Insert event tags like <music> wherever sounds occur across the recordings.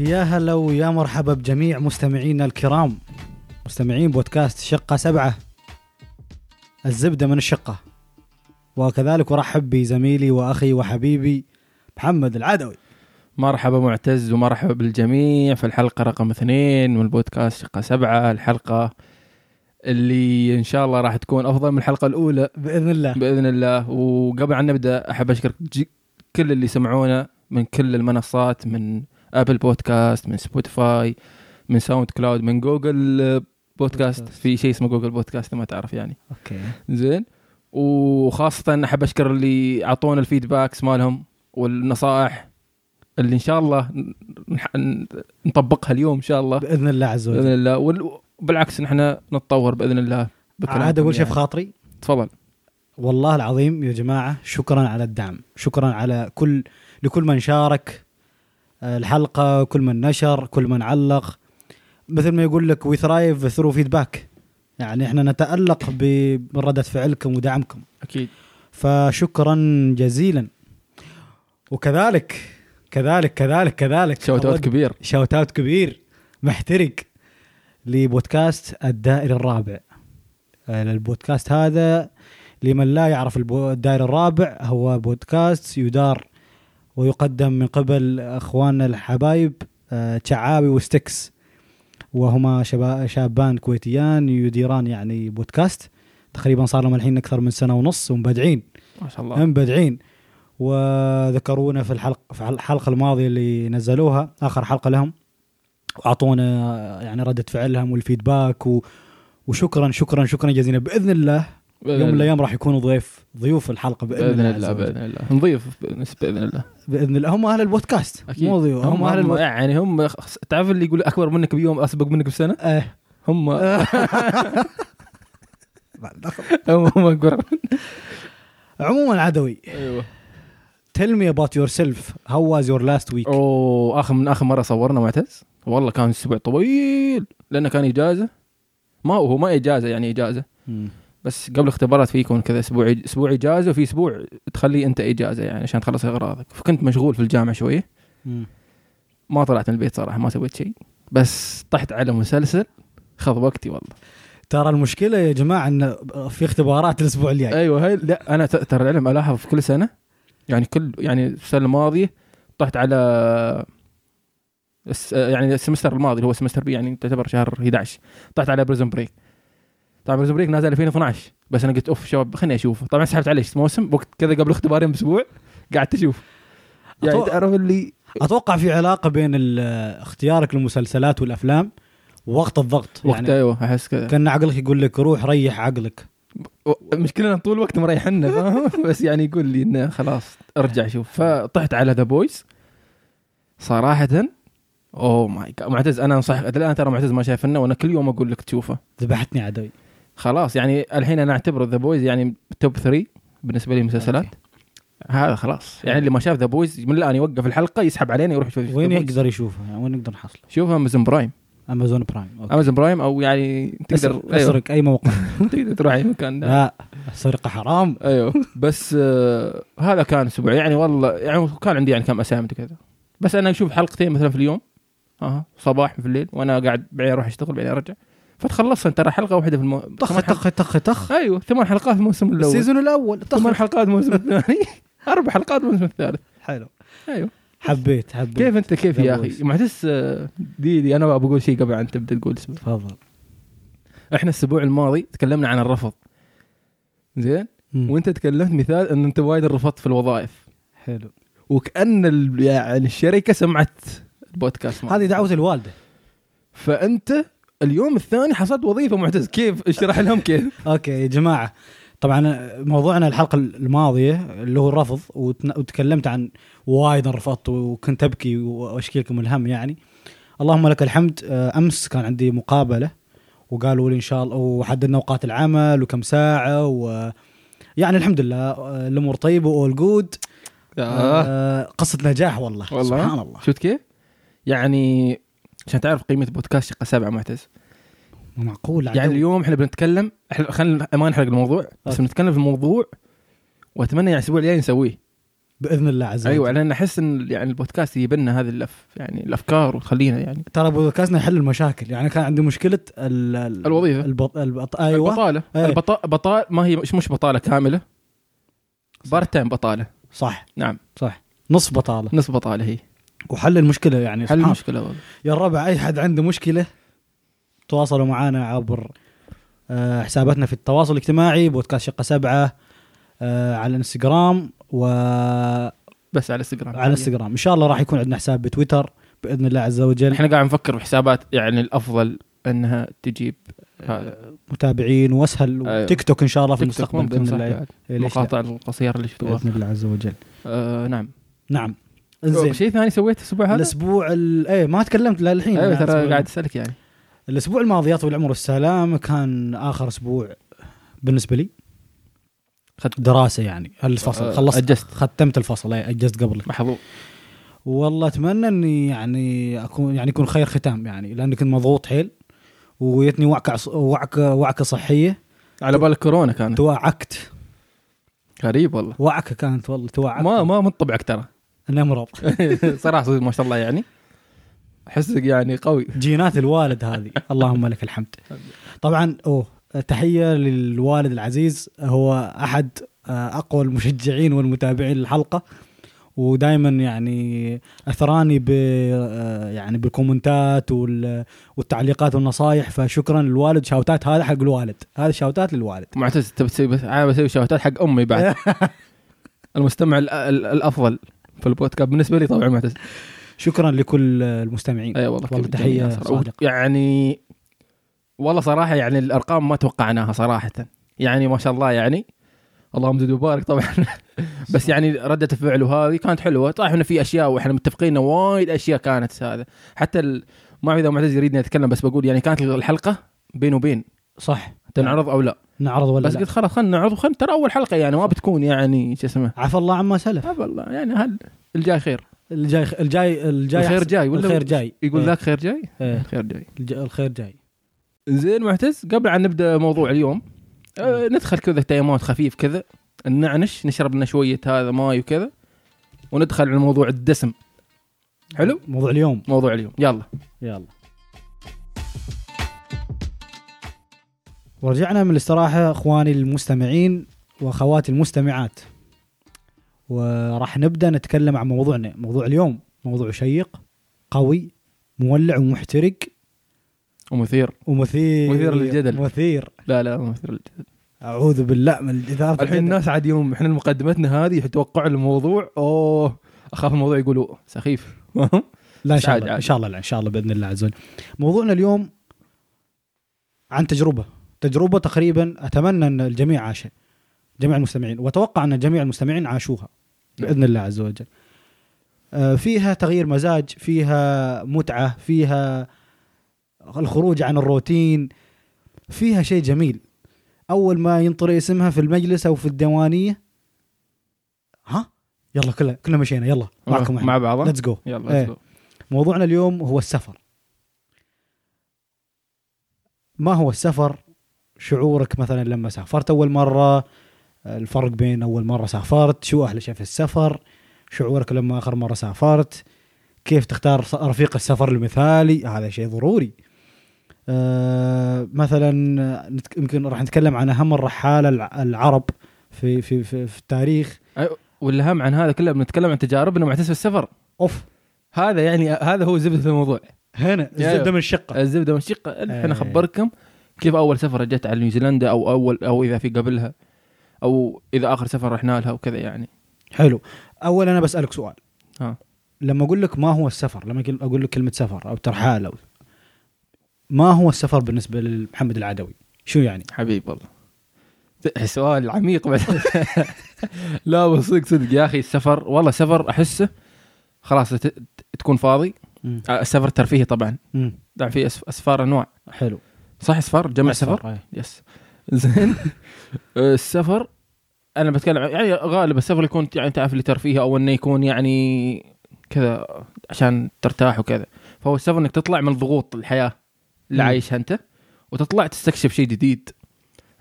يا هلا ويا مرحبا بجميع مستمعينا الكرام مستمعين بودكاست شقة سبعة الزبدة من الشقة وكذلك أرحب بزميلي وأخي وحبيبي محمد العدوي مرحبا معتز ومرحبا بالجميع في الحلقة رقم اثنين من البودكاست شقة سبعة الحلقة اللي إن شاء الله راح تكون أفضل من الحلقة الأولى بإذن الله بإذن الله وقبل أن نبدأ أحب أشكر ج- كل اللي سمعونا من كل المنصات من أبل بودكاست من سبوتيفاي من ساوند كلاود من جوجل آه، بودكاست بودكاست. في شيء اسمه جوجل بودكاست ما تعرف يعني أوكي زين وخاصة أحب أشكر اللي أعطونا الفيدباكس مالهم والنصائح اللي إن شاء الله نح- ن- نطبقها اليوم إن شاء الله بإذن الله عز بإذن وجل الله وال- وبالعكس نحن نتطور بإذن الله بكلامكم عاد أقول شيء يعني. في خاطري تفضل والله العظيم يا جماعة شكرا على الدعم شكرا على كل لكل من شارك آه، الحلقة كل من نشر كل من علق مثل ما يقول لك وي ثرايف ثرو فيدباك يعني احنا نتألق ب- بردة فعلكم ودعمكم أكيد فشكرا جزيلا وكذلك كذلك كذلك كذلك شوت أوت أود- كبير شوت اوت كبير محترق لبودكاست الدائري الرابع آه، البودكاست هذا لمن لا يعرف البو- الدائري الرابع هو بودكاست يدار ويقدم من قبل اخواننا الحبايب آه، تعاوي وستكس وهما شبا- شابان كويتيان يديران يعني بودكاست تقريبا صار لهم الحين اكثر من سنه ونص ومبدعين ما شاء الله هم بدعين وذكرونا في الحلقه في الحلقه الماضيه اللي نزلوها اخر حلقه لهم واعطونا يعني رده فعلهم والفيدباك و... وشكرا شكرا شكرا جزيلا باذن الله بإذن يوم من الله. الايام راح يكونوا ضيف ضيوف الحلقه باذن, بإذن الله, الله بإذن الله نضيف بإذن- بإذن الله باذن الله هم اهل البودكاست أكيد مو ضيوف هم, اهل البودكاست يعني هم خص- تعرف اللي يقول أكبر منك بيوم أسبق منك بسنة آه. <laughs> هم <laughs> هم هم أكبر عموما عدوي أيوه tell me about yourself how was your last week اوه اخر من اخر مره صورنا معتز والله كان اسبوع طويل لانه كان اجازه ما هو ما اجازه يعني اجازه مم. بس قبل اختبارات في يكون كذا اسبوع اسبوع اجازه وفي اسبوع تخليه انت اجازه يعني عشان تخلص اغراضك فكنت مشغول في الجامعه شويه مم. ما طلعت من البيت صراحه ما سويت شيء بس طحت على مسلسل خذ وقتي والله ترى المشكله يا جماعه ان في اختبارات الاسبوع الجاي ايوه هاي لا انا ت- ترى العلم الاحظ في كل سنه يعني كل يعني السنه الماضيه طحت على الس- يعني السمستر الماضي اللي هو سمستر بي يعني تعتبر شهر 11 طحت على بريزون بريك طبعا بريزون بريك نازل 2012 بس انا قلت اوف شباب خليني اشوفه طبعا سحبت عليه موسم وقت كذا قبل اختبارين باسبوع قعدت اشوف يعني أطو- تعرف اللي اتوقع في علاقه بين ال- اختيارك للمسلسلات والافلام ووقت الضغط وقت يعني ايوه احس كذا كان عقلك يقول لك روح ريح عقلك و- المشكله انه طول الوقت مريحنا فاهم؟ <laughs> بس يعني يقول لي انه خلاص ارجع شوف فطحت على ذا بويز صراحه اوه ماي جاد oh معتز انا انصحك الان ترى معتز ما شايفنا وانا كل يوم اقول لك تشوفه ذبحتني عدوي خلاص يعني الحين انا اعتبر ذا بويز يعني توب 3 بالنسبه لي مسلسلات أوكي. هذا خلاص يعني اللي ما شاف ذا بويز من الان يوقف الحلقه يسحب علينا يروح يشوف وين The Boys. يقدر يشوفها يعني وين نقدر نحصله شوفها امازون برايم امازون برايم أوكي. امازون برايم او يعني تقدر أسرق- اسرق اي موقع أيوه. تقدر تروح اي <laughs> مكان لا السرقه حرام ايوه بس آه هذا كان اسبوع يعني والله يعني كان عندي يعني كم اسامي كذا بس انا اشوف حلقتين مثلا في اليوم اه صباح في الليل وانا قاعد بعدين اروح اشتغل بعدين ارجع فتخلصنا ترى حلقه واحده في المو... طخ ثمان حلق- طخ طخ طخ ايوه ثمان حلقات في الموسم الاول السيزون الاول طخ ثمان حلقات في الموسم الثاني <laughs> اربع حلقات في الموسم الثالث حلو ايوه حبيت حبيت كيف انت كيف يا The Boys. اخي معتز آه، دي, دي انا بقول شيء قبل ان تبدا تقول اسمه تفضل احنا الاسبوع الماضي تكلمنا عن الرفض زين مم. وانت تكلمت مثال ان انت وايد رفضت في الوظائف حلو وكان ال- يعني الشركه سمعت البودكاست مالك. هذه دعوه الوالده فانت اليوم الثاني حصلت وظيفه معتز كيف اشرح لهم <laughs> كيف اوكي يا جماعه طبعا موضوعنا الحلقه الماضيه اللي هو الرفض وتن- وتكلمت عن وايد رفضت وكنت ابكي واشكي لكم الهم يعني اللهم لك الحمد آه، امس كان عندي مقابله وقالوا لي ان شاء الله وحددنا اوقات العمل وكم ساعه و يعني الحمد لله آه، الامور طيبه واول جود آه. قصه نجاح والله, آه. والله. سبحان الله شفت كيف يعني عشان تعرف قيمه بودكاست شقه سبعه معتز مو معقول يعني اليوم احنا بنتكلم احنا خلينا ما نحرق الموضوع بس أوكي. بنتكلم في الموضوع واتمنى يعني الاسبوع الجاي نسويه باذن الله عز وجل ايوه لان احس ان يعني البودكاست يجيب لنا هذه الأف يعني الافكار وتخلينا يعني ترى بودكاستنا يحل المشاكل يعني كان عندي مشكله ال... ال... الوظيفه البط... البط... ايوه البطاله أيوة. البطاله بطال ما هي مش مش بطاله كامله بارت تايم بطاله صح نعم صح نص بطاله نص بطاله هي وحل المشكله يعني حل سبحان المشكله والله يا الربع اي حد عنده مشكله تواصلوا معنا عبر آه، حساباتنا في التواصل الاجتماعي بودكاست شقه سبعه آه، على الانستغرام وعلى بس على الانستغرام الانستغرام ان شاء الله راح يكون عندنا حساب بتويتر باذن الله عز وجل احنا قاعد نفكر بحسابات يعني الافضل انها تجيب هذا متابعين واسهل أيوة. تيك توك ان شاء الله في تيك توك المستقبل ممكن باذن صح يعني الله بعد. إيه، ليش لا؟ المقاطع القصيره اللي شفتوها باذن الله عز وجل آه نعم نعم أوه، زين شيء ثاني سويته الاسبوع هذا؟ الاسبوع ال- ايه ما تكلمت للحين ايوه أنا ترى الأسبوع- قاعد اسالك يعني الاسبوع الماضي يا طويل العمر والسلام كان اخر اسبوع بالنسبه لي خدت دراسه يعني الفصل آه، خلصت أجزت. ختمت الفصل اي اجزت قبلك محظوظ والله اتمنى اني يعني اكون يعني يكون خير ختام يعني لاني كنت مضغوط حيل وجتني وعكه عص- وعكه وعكه صحيه على بالك كورونا كانت توعكت غريب والله وعكه كانت والله توعكت ما ما من طبعك ترى <laughs> اني امرض صراحه صدق ما شاء الله يعني احسك يعني قوي جينات الوالد <laughs> هذه اللهم لك الحمد طبعا اوه تحيه للوالد العزيز هو احد آه، اقوى المشجعين والمتابعين للحلقه ودائما يعني اثراني ب آه، يعني بالكومنتات وال- والتعليقات والنصايح فشكرا للوالد شاوتات هذا حق الوالد هذا شاوتات للوالد معتز تبي تسوي بس انا بسوي شوتات حق <laughs> امي بعد المستمع ال- ال- الافضل في البودكاست بالنسبه لي طبعا معتز شكرا لكل المستمعين اي والله والله كيف تحية الدنيا صراحة. صادقة. يعني والله صراحه يعني الارقام ما توقعناها صراحه يعني ما شاء الله يعني اللهم زد وبارك طبعا <laughs> بس يعني رده الفعل وهذه كانت حلوه صح انه في اشياء واحنا متفقين إنه وايد اشياء كانت هذا حتى ال... ما اعرف اذا معتز يريدني اتكلم بس بقول يعني كانت الحلقه بين وبين صح تنعرض او لا نعرض ولا بس لا قلت خلاص خلينا نعرض خلينا ترى اول حلقه يعني ما بتكون يعني شو اسمه عفى الله عما سلف هب والله يعني هل الجاي خير الجاي الجاي الجاي الخير جاي ولا الخير جاي يقول إيه، ذاك خير جاي إيه. خير جاي الج- الخير جاي زين معتز قبل ان نبدا موضوع اليوم أه ندخل كذا تيمات خفيف كذا نعنش نشرب لنا شويه هذا ماي وكذا وندخل على موضوع الدسم حلو موضوع اليوم موضوع اليوم يلا يلا ورجعنا من الاستراحة اخواني المستمعين واخواتي المستمعات وراح نبدا نتكلم عن موضوعنا موضوع اليوم موضوع شيق قوي مولع ومحترق ومثير ومثير مثير للجدل. مثير لا لا مو مثير للجدل. اعوذ بالله من اثاره طيب، الجدل. الحين الناس عاد يوم احنا مقدمتنا هذه يتوقعوا الموضوع اوه اخاف الموضوع يقولوا سخيف لا ان شاء سعد الله عاد. ان شاء الله لا ان شاء الله باذن الله عز وجل موضوعنا اليوم عن تجربه تجربه تقريبا اتمنى ان الجميع عاشها جميع المستمعين واتوقع ان جميع المستمعين عاشوها باذن الله عز وجل آه، فيها تغيير مزاج فيها متعه فيها الخروج عن الروتين فيها شيء جميل اول ما ينطري اسمها في المجلس او في الديوانيه ها يلا كلنا كلنا مشينا يلا معكم آه، مع بعض ليتس جو يلا إيه. let's go. موضوعنا اليوم هو السفر ما هو السفر شعورك مثلا لما سافرت اول مره الفرق بين اول مره سافرت شو احلى شيء في السفر شعورك لما اخر مره سافرت كيف تختار ص- رفيق السفر المثالي هذا شيء ضروري أه مثلا نتك- يمكن راح نتكلم عن اهم الرحاله الع- العرب في في في, في التاريخ والاهم عن هذا كله بنتكلم عن تجاربنا معتز في السفر اوف هذا يعني هذا هو زبده الموضوع هنا الزبده من الشقه الزبده والشقه إيه. الحين اخبركم كيف اول سفره جت على نيوزيلندا او اول او اذا في قبلها او اذا اخر سفر رحنا لها وكذا يعني حلو اول انا بسالك سؤال ها. لما اقول لك ما هو السفر لما أقول- اقول لك كلمه سفر او ترحال او ما هو السفر بالنسبه لمحمد العدوي شو يعني حبيب والله سؤال عميق بعد <laughs> لا بس صدق صدق يا اخي السفر والله سفر احسه خلاص ت- ت- تكون فاضي مم. آه، السفر ترفيهي طبعا مم. طبعا في أس- اسفار انواع حلو صح اسفار جمع سفر أي. يس زين <laughs> آه، السفر انا بتكلم عن- يعني غالبا السفر يكون يعني تعرف اللي ترفيه او انه يكون يعني كذا عشان ترتاح وكذا فهو السفر انك تطلع من ضغوط الحياه اللي مم. عايشها انت وتطلع تستكشف شيء جديد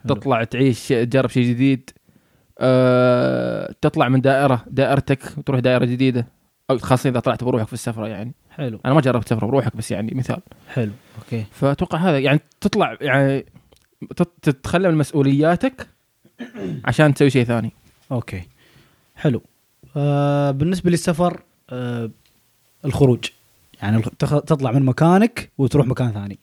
حلو. تطلع تعيش تجرب شيء جديد أه تطلع من دائره دائرتك وتروح دائره جديده او خاصه اذا طلعت بروحك في السفره يعني حلو انا ما جربت سفره بروحك بس يعني مثال حلو اوكي فاتوقع هذا يعني تطلع يعني تت- تتخلى من مسؤولياتك عشان تسوي شيء ثاني اوكي حلو آه بالنسبه للسفر آه الخروج يعني الخ- تخ- تطلع من مكانك وتروح مكان ثاني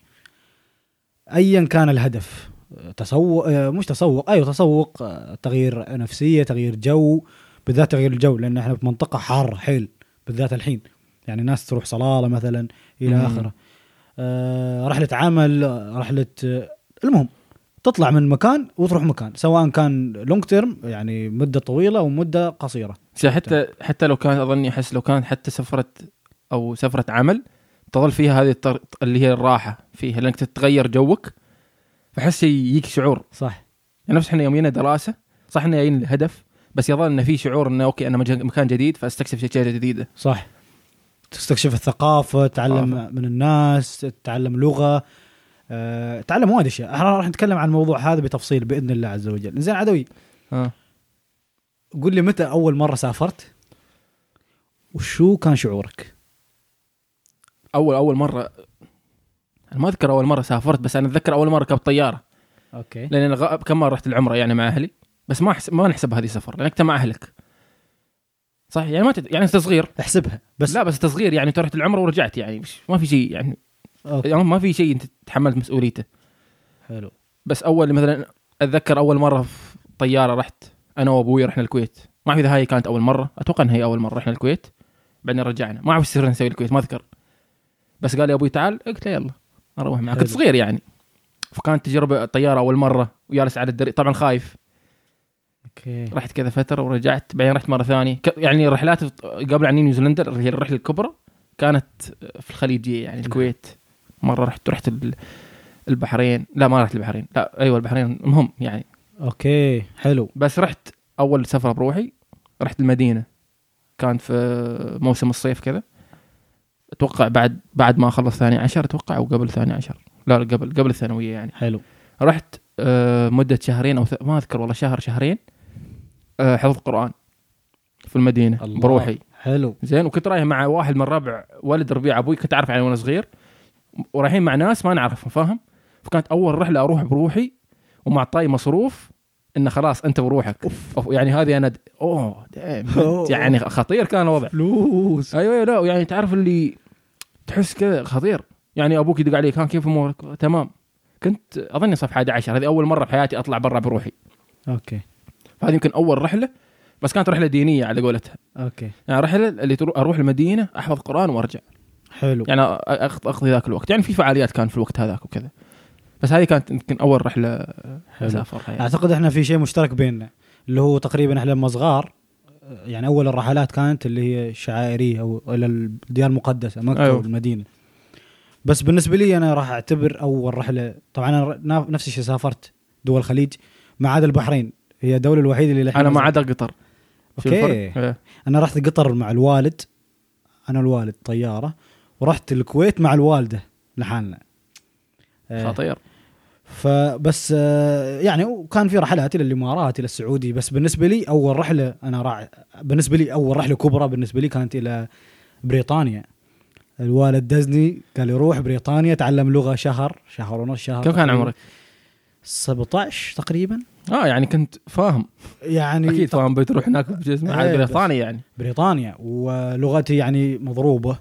ايا كان الهدف آه، تسوق آه مش تسوق ايوه تسوق آه تغيير نفسيه تغيير جو بالذات تغيير الجو لان احنا في منطقه حاره حيل بالذات الحين يعني ناس تروح صلاله مثلا مم. الى اخره آه رحله عمل آه، رحله آه المهم تطلع من مكان وتروح مكان سواء كان لونج تيرم يعني مده طويله او مده قصيره بس حتى حتى لو كان اظني احس لو كان حتى سفره او سفره عمل تظل فيها هذه الطر... اللي هي الراحه فيها لانك تتغير جوك فاحس يجيك شعور صح يعني نفس احنا يوم جينا دراسه صح انه جايين لهدف بس يظل انه في شعور انه اوكي انا مج- مكان جديد فاستكشف شيء جديده صح تستكشف الثقافه تتعلم ثقافة. من الناس تتعلم لغه آه، تعلم وايد اشياء احنا راح نتكلم عن الموضوع هذا بتفصيل باذن الله عز وجل زين عدوي آه. قل لي متى اول مره سافرت وشو كان شعورك اول اول مره انا ما اذكر اول مره سافرت بس انا اتذكر اول مره ركبت طياره اوكي لان أنا غ- كم مره رحت العمره يعني مع اهلي بس ما أحس... ما نحسب هذه سفر لانك انت مع اهلك صح يعني ما تد... يعني انت صغير احسبها بس بس لا بس انت صغير يعني انت رحت العمره ورجعت يعني مش ما في شيء يعني أوكي. يعني ما في شيء انت تحملت مسؤوليته حلو بس اول مثلا اتذكر اول مره في طياره رحت انا وابوي رحنا الكويت ما اعرف اذا هاي كانت اول مره اتوقع انها هي اول مره رحنا الكويت بعدين رجعنا ما اعرف ايش صرنا نسوي الكويت ما اذكر بس قال لي ابوي تعال قلت له يلا اروح معك كنت حلو. صغير يعني فكانت تجربه طياره اول مره وجالس على الدري طبعا خايف اوكي رحت كذا فتره ورجعت بعدين رحت مره ثانيه ك- يعني رحلات قبل عن نيوزيلندا اللي هي الرحله الكبرى كانت في الخليجيه يعني الكويت مره رحت رحت ال- البحرين لا ما رحت البحرين لا ايوه البحرين المهم يعني اوكي حلو بس رحت اول سفره بروحي رحت المدينه كان في موسم الصيف كذا اتوقع بعد بعد ما اخلص ثاني عشر اتوقع او قبل ثاني عشر لا لا، قبل قبل الثانويه يعني حلو رحت آه، مدة شهرين أو ث- ما أذكر والله شهر شهرين آه، حفظ قرآن في المدينة الله. بروحي حلو زين وكنت رايح مع واحد من ربع ولد ربيع أبوي كنت أعرف عليه وأنا صغير ورايحين مع ناس ما نعرفهم فاهم فكانت أول رحلة أروح بروحي ومعطاي مصروف إنه خلاص أنت بروحك أوف. يعني هذه أنا د... أوه دايم. يعني خطير كان الوضع فلوس ايوه أيوة، لا يعني تعرف اللي تحس كذا خطير يعني ابوك يدق عليك ها كيف امورك تمام كنت اظني صف 11 هذه اول مره في حياتي اطلع برا بروحي اوكي فهذه يمكن اول رحله بس كانت رحله دينيه على قولتها اوكي يعني رحله اللي ترو- اروح المدينه احفظ قران وارجع حلو يعني أ- أخ- اقضي ذاك الوقت يعني في فعاليات كان في الوقت هذاك وكذا بس هذه كانت يمكن اول رحله حلو. اسافرها يعني. اعتقد احنا في شيء مشترك بيننا اللي هو تقريبا احنا لما صغار يعني اول الرحلات كانت اللي هي الشعائريه او الى الديار المقدسه مكه أيوة. أيوه. والمدينه بس بالنسبه لي انا راح اعتبر اول رحله طبعا انا ر- نا- نفس الشيء سافرت دول الخليج ما عدا البحرين هي الدوله الوحيده اللي الحين انا ما عدا قطر شوف أوكي. الفرق؟ إيه. انا رحت قطر مع الوالد انا الوالد طياره ورحت الكويت مع الوالده لحالنا آه، خطير فبس آه، يعني وكان في رحلات الى الامارات الى السعودي بس بالنسبه لي اول رحله انا راع بالنسبه لي اول رحله كبرى بالنسبه لي كانت الى بريطانيا الوالد دزني قال يروح بريطانيا تعلم لغه شهر شهر ونص شهر كم كان عمرك؟ 17 تقريبا اه يعني كنت فاهم يعني اكيد فاهم بتروح هناك بجسم إيه، على بس- بريطانيا يعني بريطانيا ولغتي يعني مضروبه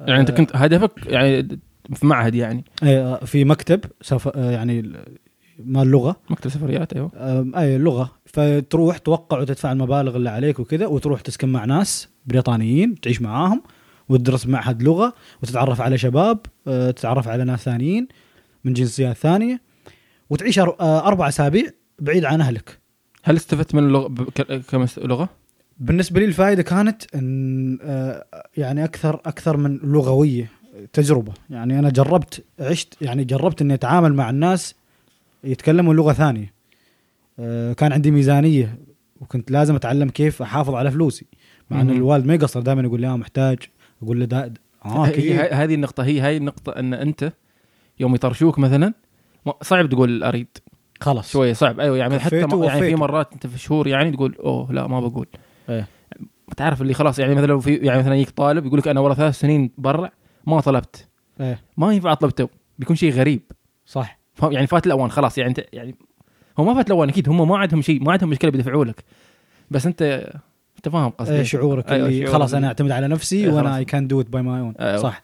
يعني انت كنت هدفك يعني في معهد يعني آه، في مكتب سف... آه، يعني ال- مال اللغه مكتب سفريات ايوه أم، اي اللغه فتروح توقع وتدفع المبالغ اللي عليك وكذا وتروح تسكن مع ناس بريطانيين تعيش معاهم وتدرس معهد لغه وتتعرف على شباب أه، تتعرف على ناس ثانيين من جنسيات ثانيه وتعيش أر- أه، اربع اسابيع بعيد عن اهلك هل استفدت من اللغه ب- ك- كمس- لغه؟ بالنسبه لي الفائده كانت ان آه، يعني اكثر اكثر من لغويه تجربه يعني انا جربت عشت يعني جربت اني اتعامل مع الناس يتكلموا لغه ثانيه آه، كان عندي ميزانيه وكنت لازم اتعلم كيف احافظ على فلوسي مع ان مهم. الوالد ما يقصر دائما يقول لي اه محتاج اقول له دا اه هي- هي- أكيد. هاي- هذه النقطه هي هاي النقطه ان انت يوم يطرشوك مثلا ما- صعب تقول اريد خلاص شويه صعب ايوه يعني حتى كفيته م- يعني في ووفيته. مرات انت في شهور يعني تقول اوه لا ما بقول إيه. تعرف اللي خلاص يعني مثلا لو في يعني مثلا يجيك طالب يقول لك انا ورا ثلاث سنين برا ما طلبت إيه. ما ينفع اطلب تو بيكون شيء غريب صح فهم- يعني فات الاوان خلاص يعني انت يعني هو ما فات الاوان اكيد هم ما عندهم شيء ما عندهم مشكله بيدفعوا لك بس انت انت فاهم قصدي إيه شعورك أيوة، اللي شعورك خلاص اللي- انا اعتمد على نفسي إيه، وانا خلاص. اي كان دو ات باي ماي اون أيوة. صح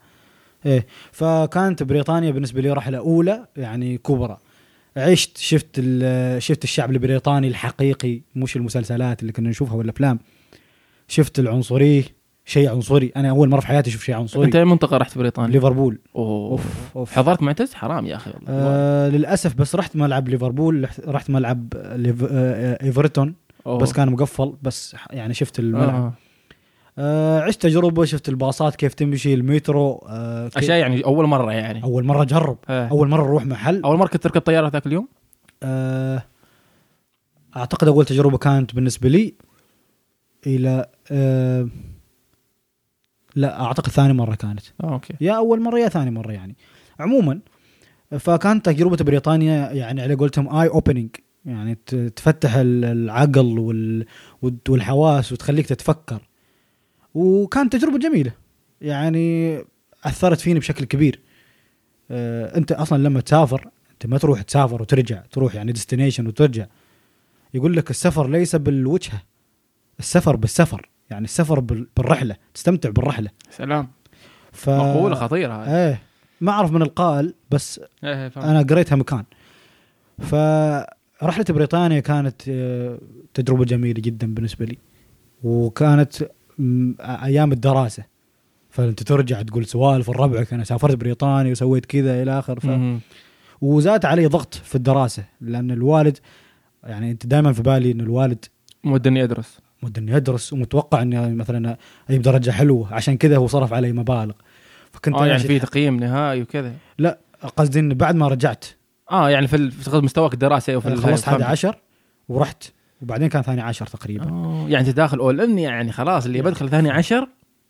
ايه فكانت بريطانيا بالنسبه لي رحله اولى يعني كبرى عشت شفت ال- شفت الشعب البريطاني الحقيقي مش المسلسلات اللي كنا نشوفها والافلام شفت العنصريه شيء عنصري انا اول مره في حياتي اشوف شيء عنصري انت اي منطقه رحت بريطانيا؟ ليفربول اوف اوف حضرت معتز حرام يا اخي والله آه للاسف بس رحت ملعب ليفربول رحت- رحت ملعب ليف... آه ايفرتون أوه. بس كان مقفل بس ح- يعني شفت الملعب آه. آه عشت تجربه شفت الباصات كيف تمشي المترو آه كيف- اشياء يعني اول مره يعني اول مره اجرب إيه. اول مره اروح محل اول مره كنت تركب طياره ذاك اليوم؟ آه اعتقد اول تجربه كانت بالنسبه لي الى آه لا اعتقد ثاني مره كانت اه اوكي يا اول مره يا ثاني مره يعني عموما فكانت تجربه بريطانيا يعني على قولتهم اي اوبننج يعني ت- تفتح ال- العقل وال- والد- والحواس وتخليك تتفكر وكانت تجربه جميله يعني اثرت فيني بشكل كبير آه، انت اصلا لما تسافر انت ما تروح تسافر وترجع تروح يعني ديستنيشن وترجع يقول لك السفر ليس بالوجهه السفر بالسفر يعني السفر بال- بالرحله تستمتع بالرحله سلام ف... مقوله خطيره هاي ايه ما اعرف من القائل بس إيه، إيه، فهمت. انا قريتها مكان فرحلة بريطانيا كانت آه، تجربة جميلة جدا بالنسبة لي وكانت م، ايام الدراسة فانت ترجع تقول سوالف لربعك انا سافرت بريطانيا وسويت كذا الى اخر ف... مهم. وزاد علي ضغط في الدراسة لان الوالد يعني انت دائما في بالي ان الوالد مود اني ادرس مود اني ادرس ومتوقع اني مثلا اجيب درجة حلوة عشان كذا هو صرف علي مبالغ فكنت اه يعني عايش- في تقييم نهائي وكذا لا قصدي ان بعد ما رجعت اه يعني في ال- في مستواك الدراسي وفي انا ال- آه، خلصت فهمت. 11 ورحت وبعدين كان ثاني 10 تقريبا آه، يعني انت داخل اول ان يعني خلاص اللي بدخل ثاني عشر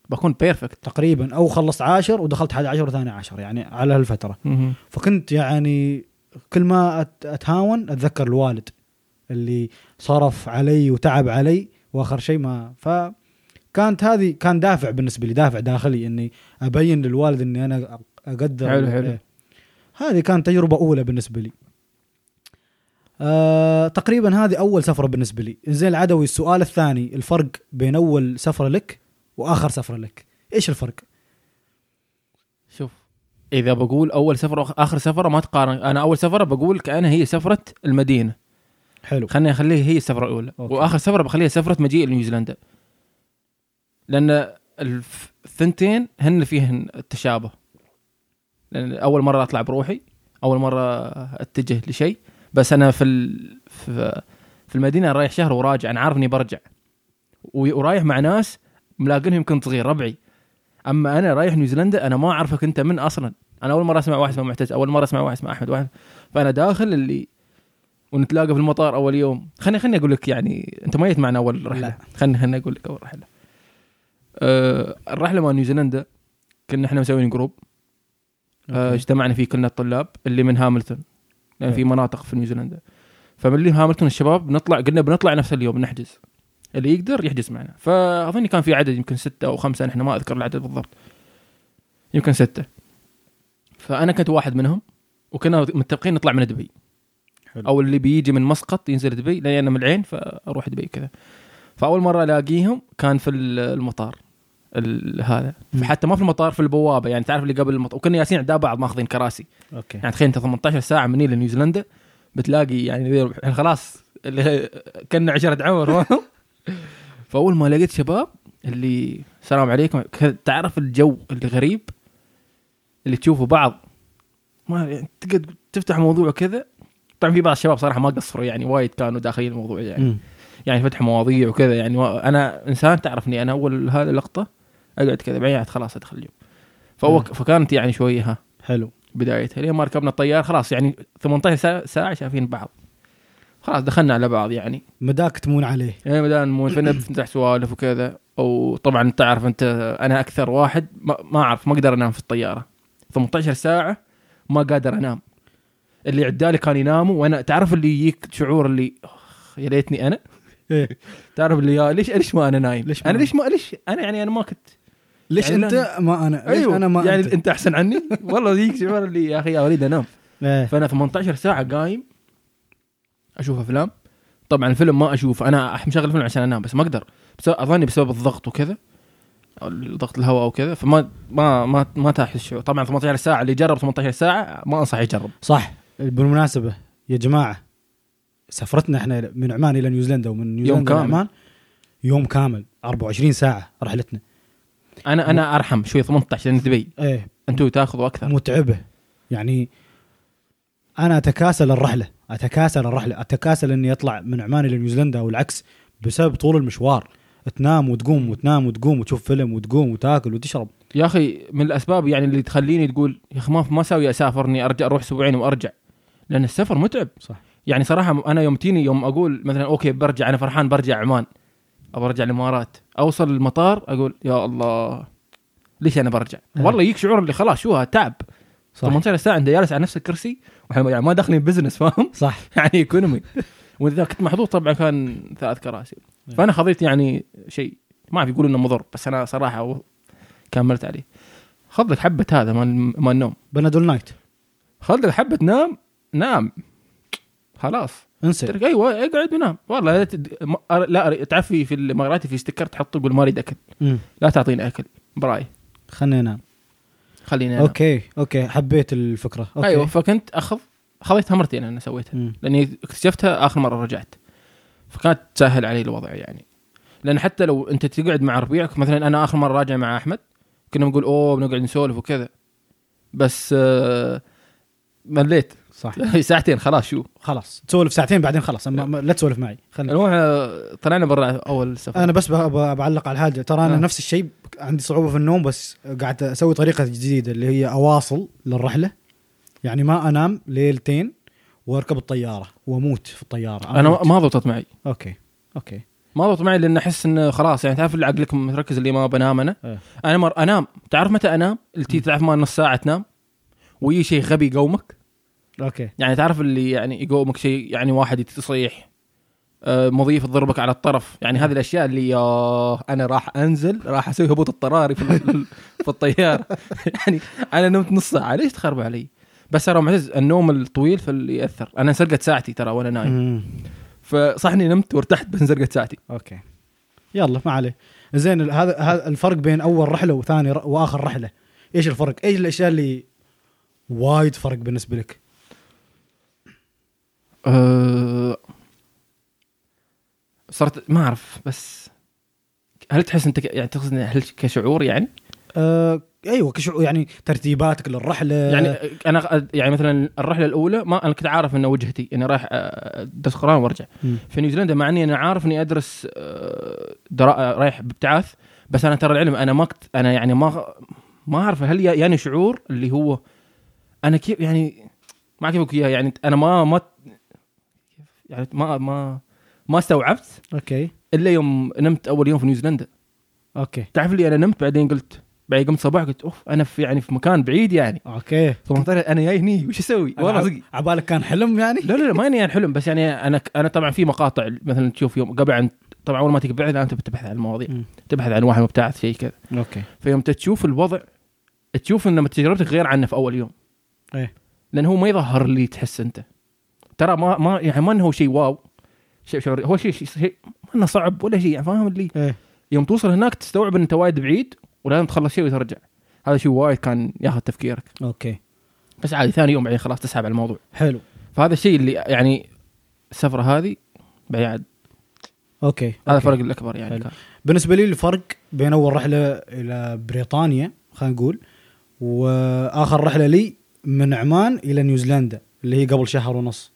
بكون بيرفكت تقريبا او خلصت 10 ودخلت 11 وثاني 10 يعني على هالفتره فكنت يعني كل ما أت- اتهاون اتذكر الوالد اللي صرف علي وتعب علي واخر شيء ما فكانت هذه كان دافع بالنسبه لي دافع داخلي اني ابين للوالد اني انا اقدر حلو، حلو. إيه. هذه كانت تجربه اولى بالنسبه لي أه تقريبا هذه اول سفره بالنسبه لي زين العدوي السؤال الثاني الفرق بين اول سفره لك واخر سفره لك ايش الفرق شوف اذا بقول اول سفره وآخ- اخر سفره ما تقارن انا اول سفره بقول كانها هي سفره المدينه حلو خليني اخليها هي السفره الاولى أوكي. أوكي. واخر سفره بخليها سفره مجيء لنيوزيلندا لان الف- الثنتين هن فيهن التشابه لان اول مره اطلع بروحي اول مره اتجه لشيء بس انا في ال... في, في المدينه رايح شهر وراجع انا عارف اني برجع و- ورايح مع ناس ملاقينهم كنت صغير ربعي اما انا رايح نيوزيلندا انا ما اعرفك انت من اصلا انا اول مره اسمع واحد اسمه معتز اول مره اسمع واحد اسمه احمد واحد فانا داخل اللي ونتلاقى في المطار اول يوم خليني خليني اقول لك يعني انت ما جيت معنا اول رحله لا. خليني خليني اقول لك اول رحله أه الرحله مع نيوزيلندا كنا احنا مسويين جروب أه أوكي. اجتمعنا فيه كلنا الطلاب اللي من هاملتون لان في حلو. مناطق في نيوزيلندا فمن اللي هاملتون الشباب بنطلع قلنا بنطلع نفس اليوم نحجز اللي يقدر يحجز معنا فاظن كان في عدد يمكن ستة او خمسة نحن ما اذكر العدد بالضبط يمكن ستة فانا كنت واحد منهم وكنا متفقين نطلع من دبي حلو. او اللي بيجي من مسقط ينزل دبي لاني انا من العين فاروح دبي كذا فاول مره الاقيهم كان في ال- المطار ال- هذا مم. حتى ما في المطار في البوابه يعني تعرف اللي قبل المطار وكنا ياسين عدا بعض ماخذين كراسي اوكي يعني تخيل انت 18 ساعه مني لنيوزيلندا بتلاقي يعني ذي- يعني خلاص اللي كنا عشرة عمر <laughs> فاول ما لقيت شباب اللي السلام عليكم كذا تعرف الجو اللي غريب اللي تشوفوا بعض ما يعني تقعد تفتح موضوع كذا طبعا في بعض الشباب صراحه ما قصروا يعني وايد كانوا داخلين الموضوع يعني مم. يعني فتح مواضيع وكذا يعني وا- انا انسان تعرفني انا اول هذه اللقطه اقعد كذا بعدين خلاص ادخل اليوم فهو فكانت يعني شويه ها حلو بدايتها لين ما ركبنا الطياره خلاص يعني 18 ساعة- ساعه شايفين بعض خلاص دخلنا على بعض يعني مداك تمون عليه يعني بدأنا نمو- فنا بنفتح سوالف وكذا وطبعا تعرف انت انا اكثر واحد ما ما اعرف ما اقدر انام في الطياره 18 ساعه ما قادر انام اللي عدالي كان يناموا وانا تعرف اللي يجيك شعور اللي "أخ، يا ليتني انا إيه. تعرف اللي يا ليش ليش ما انا نايم؟ ليش ما انا أنا؟ ليش ما ليش انا يعني انا ما كنت ليش يعني انت لا- ما انا ليش انا ما يعني انت, انت, احسن عني والله يجيك شعور اللي يا اخي يا اريد انام إيه. فانا 18 ساعه قايم اشوف افلام طبعا الفيلم ما اشوف انا أح- مشغل فيلم عشان انام بس ما اقدر بس اظني بسبب الضغط وكذا أو ضغط الهواء وكذا فما ما ما ما تحس الشعور طبعا 18 ساعه اللي جرب 18 ساعه ما انصح يجرب صح بالمناسبه يا جماعه سفرتنا احنا من عمان الى نيوزيلندا ومن نيوزيلندا كامل. لعمان يوم كامل 24 ساعه رحلتنا انا انا ارحم شوي 18 لان دبي ايه انتم تاخذوا اكثر متعبه يعني انا اتكاسل الرحله اتكاسل الرحله اتكاسل اني اطلع من عمان الى نيوزيلندا والعكس بسبب طول المشوار تنام وتقوم وتنام وتقوم وتشوف فيلم وتقوم وتاكل وتشرب يا اخي من الاسباب يعني اللي تخليني تقول يا اخي ما ما اسوي اسافر اني ارجع اروح اسبوعين وارجع لان السفر متعب صح. يعني صراحه انا يوم تيني يوم اقول مثلا اوكي برجع انا فرحان برجع عمان او برجع الامارات اوصل المطار اقول يا الله ليش انا برجع؟ أه. والله يجيك شعور اللي خلاص شو ها تعب صح 18 ساعه انت جالس على نفس الكرسي واحنا يعني ما داخلين بزنس فاهم؟ صح <laughs> يعني ايكونومي واذا كنت محظوظ طبعا كان ثلاث كراسي فانا خذيت يعني شيء ما اعرف يقولوا انه مضر بس انا صراحه و- كملت عليه خذ لك حبه هذا مال مال النوم بنادول نايت خذ لك حبه نام نام خلاص انسى ترك ايوه اقعد ونام والله لا تد- ما- أر- لا أر- تعرف في في المغراتي في ستيكر تحطه يقول ما اريد اكل مم. لا تعطيني اكل براي خلنا ننام خليني أنام. اوكي اوكي حبيت الفكره اوكي ايوه فكنت اخذ خذيتها مرتين انا سويتها مم. لاني اكتشفتها اخر مره رجعت فكانت تسهل علي الوضع يعني لان حتى لو انت تقعد مع ربيعك مثلا انا اخر مره راجع مع احمد كنا نقول اوه بنقعد نسولف وكذا بس آه، مليت صح <laughs> ساعتين خلاص شو خلاص تسولف ساعتين بعدين خلاص أما- ما- لا تسولف معي خلنا نروح آه، طلعنا برا اول سفر انا بس بأ- بأ- بعلق على الحاجه ترى انا آه. نفس الشيء عندي صعوبه في النوم بس قاعد اسوي طريقه جديده اللي هي اواصل للرحله يعني ما انام ليلتين واركب الطياره واموت في الطياره انا أموت. ما ضبطت معي اوكي اوكي ما ضبط معي لان احس انه خلاص يعني تعرف اللي عقلك مركز اللي ما بنام انا إيه. انا مر انام تعرف متى انام؟ التي تعرف ما نص ساعه تنام ويجي شيء غبي يقومك اوكي يعني تعرف اللي يعني يقومك شيء يعني واحد يتصيح آه، مضيف تضربك على الطرف يعني هذه الاشياء اللي ياه انا راح انزل راح اسوي هبوط اضطراري في, ال- في الطياره <laughs> يعني انا نمت نص ساعه ليش تخرب علي بس ترى معتز النوم الطويل فاللي ياثر انا انسرقت ساعتي ترى وانا نايم مم. فصح اني نمت وارتحت بس انسرقت ساعتي اوكي يلا ما عليه زين ال- هذا هذا الفرق بين اول رحله وثاني ر- واخر رحله ايش الفرق؟ ايش الاشياء اللي وايد فرق بالنسبه لك؟ أه صرت ما اعرف بس هل تحس انت ك- يعني تقصد هل كشعور يعني؟ آه ايوه كشعور يعني ترتيباتك للرحله يعني انا يعني مثلا الرحله الاولى ما انا كنت عارف انه وجهتي اني رايح آه، ادرس قران وارجع مم. في نيوزيلندا مع اني انا عارف اني ادرس آه، درا- آه، رايح بابتعاث بس انا ترى العلم انا ما كنت انا يعني ما ما اعرف هل يا- يعني شعور اللي هو انا كيف يعني ما كيفك اياه يعني انا ما ما يعني ما ما ما استوعبت اوكي الا يوم نمت اول يوم في نيوزيلندا اوكي تعرف لي انا نمت بعدين قلت بعدين قمت صباح قلت اوف انا في يعني في مكان بعيد يعني اوكي 18 انا جاي هني وش اسوي؟ والله صدق عبالك كان حلم يعني؟ لا لا لا ما اني يعني حلم بس يعني انا انا طبعا في مقاطع مثلا تشوف يوم قبل عن طبعا اول ما تبحث انت بتبحث عن المواضيع مم. تبحث عن واحد مبتعث شيء كذا اوكي فيوم أنت تشوف الوضع تشوف ان تجربتك غير عنه في اول يوم إيه. لان هو ما يظهر لي تحس انت ترى ما ما يعني ما انه هو شيء واو شيء شعوري هو شيء شيء شيء- ما انه صعب ولا شيء يعني فاهم اللي إيه. يوم توصل هناك تستوعب ان انت وايد بعيد ولازم تخلص شيء وترجع هذا شيء وايد كان ياخذ تفكيرك اوكي بس عادي ثاني يوم بعدين خلاص تسحب على الموضوع حلو فهذا الشيء اللي يعني السفره هذه بعيد اوكي هذا أوكي. الفرق الاكبر يعني حلو. كان. بالنسبه لي الفرق بين اول رحله الى بريطانيا خلينا نقول واخر رحله لي من عمان الى نيوزيلندا اللي هي قبل شهر ونص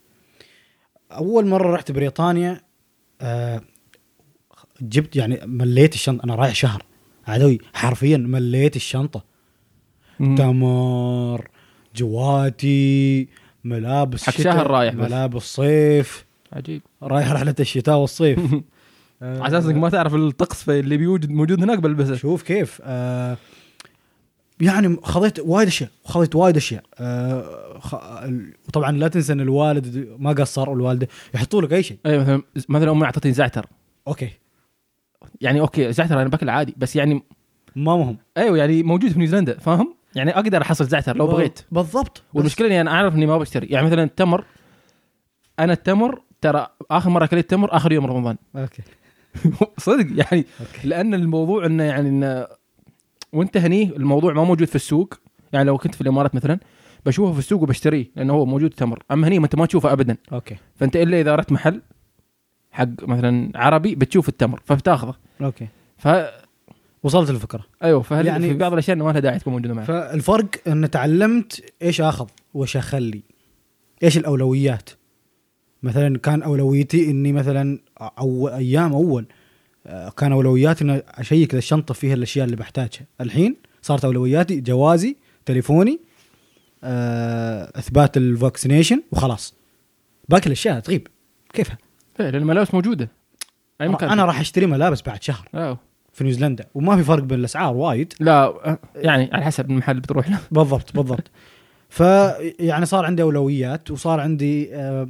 اول مره رحت بريطانيا آه جبت يعني مليت الشنطه انا رايح شهر عدوي حرفيا مليت الشنطه تمر جواتي ملابس حق شتاء، شهر رايح بس. ملابس صيف عجيب رايح رحله الشتاء <laughs> والصيف آه، على اساس انك ما تعرف الطقس اللي بيوجد موجود هناك بلبسه شوف كيف آه يعني خضيت وايد اشياء خضيت وايد اشياء آه، خ... ال- وطبعا لا تنسى ان الوالد ما قصر والوالده يحطوا لك اي شيء اي مثلا مثلا امي اعطتني زعتر اوكي يعني اوكي زعتر انا باكل عادي بس يعني ما مهم ايوه يعني موجود في نيوزيلندا فاهم؟ يعني اقدر احصل زعتر لو بغيت بالضبط والمشكله اني انا اعرف اني ما بشتري يعني مثلا التمر انا التمر ترى اخر مره اكلت تمر اخر يوم رمضان بس- اوكي صدق يعني أوكي. لان الموضوع انه يعني انه وانت هني الموضوع ما موجود في السوق يعني لو كنت في الامارات مثلا بشوفه في السوق وبشتريه لانه هو موجود تمر اما هني ما انت ما تشوفه ابدا اوكي فانت الا اذا رحت محل حق مثلا عربي بتشوف التمر فبتاخذه اوكي ف وصلت الفكره ايوه فهل يعني- يعني في بعض الاشياء إنه ما لها داعي تكون موجوده معك فالفرق ان تعلمت ايش اخذ وايش اخلي ايش الاولويات مثلا كان اولويتي اني مثلا او ايام اول آه، كان اولوياتي اني اشيك للشنطه فيها الاشياء اللي بحتاجها الحين صارت اولوياتي جوازي تليفوني آه، اثبات الفاكسينيشن وخلاص باقي الاشياء تغيب كيفها فعلا الملابس موجوده اي مكان انا راح اشتري ملابس بعد شهر أيوه. في نيوزيلندا وما في فرق بين الاسعار وايد لا يعني على حسب المحل اللي بتروح له بالضبط بالضبط فيعني صار عندي اولويات وصار عندي آه،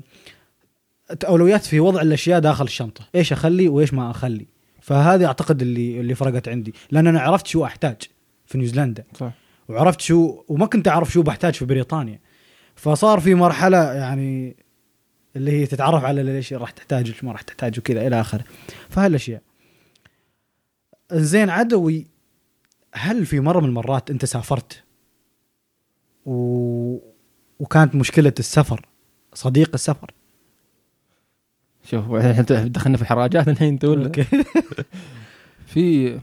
اولويات في وضع الاشياء داخل الشنطه ايش اخلي وايش ما اخلي فهذه اعتقد اللي اللي فرقت عندي لان انا عرفت شو احتاج في نيوزيلندا صح وعرفت شو وما كنت اعرف شو بحتاج في بريطانيا فصار في مرحله يعني اللي هي تتعرف على ليش راح تحتاج وش ما راح تحتاج وكذا الى اخره فهالاشياء زين عدوي هل في مره من المرات انت سافرت و... وكانت مشكله السفر صديق السفر شوف الحين دخلنا في حراجات الحين تقول <laughs> أوكي. في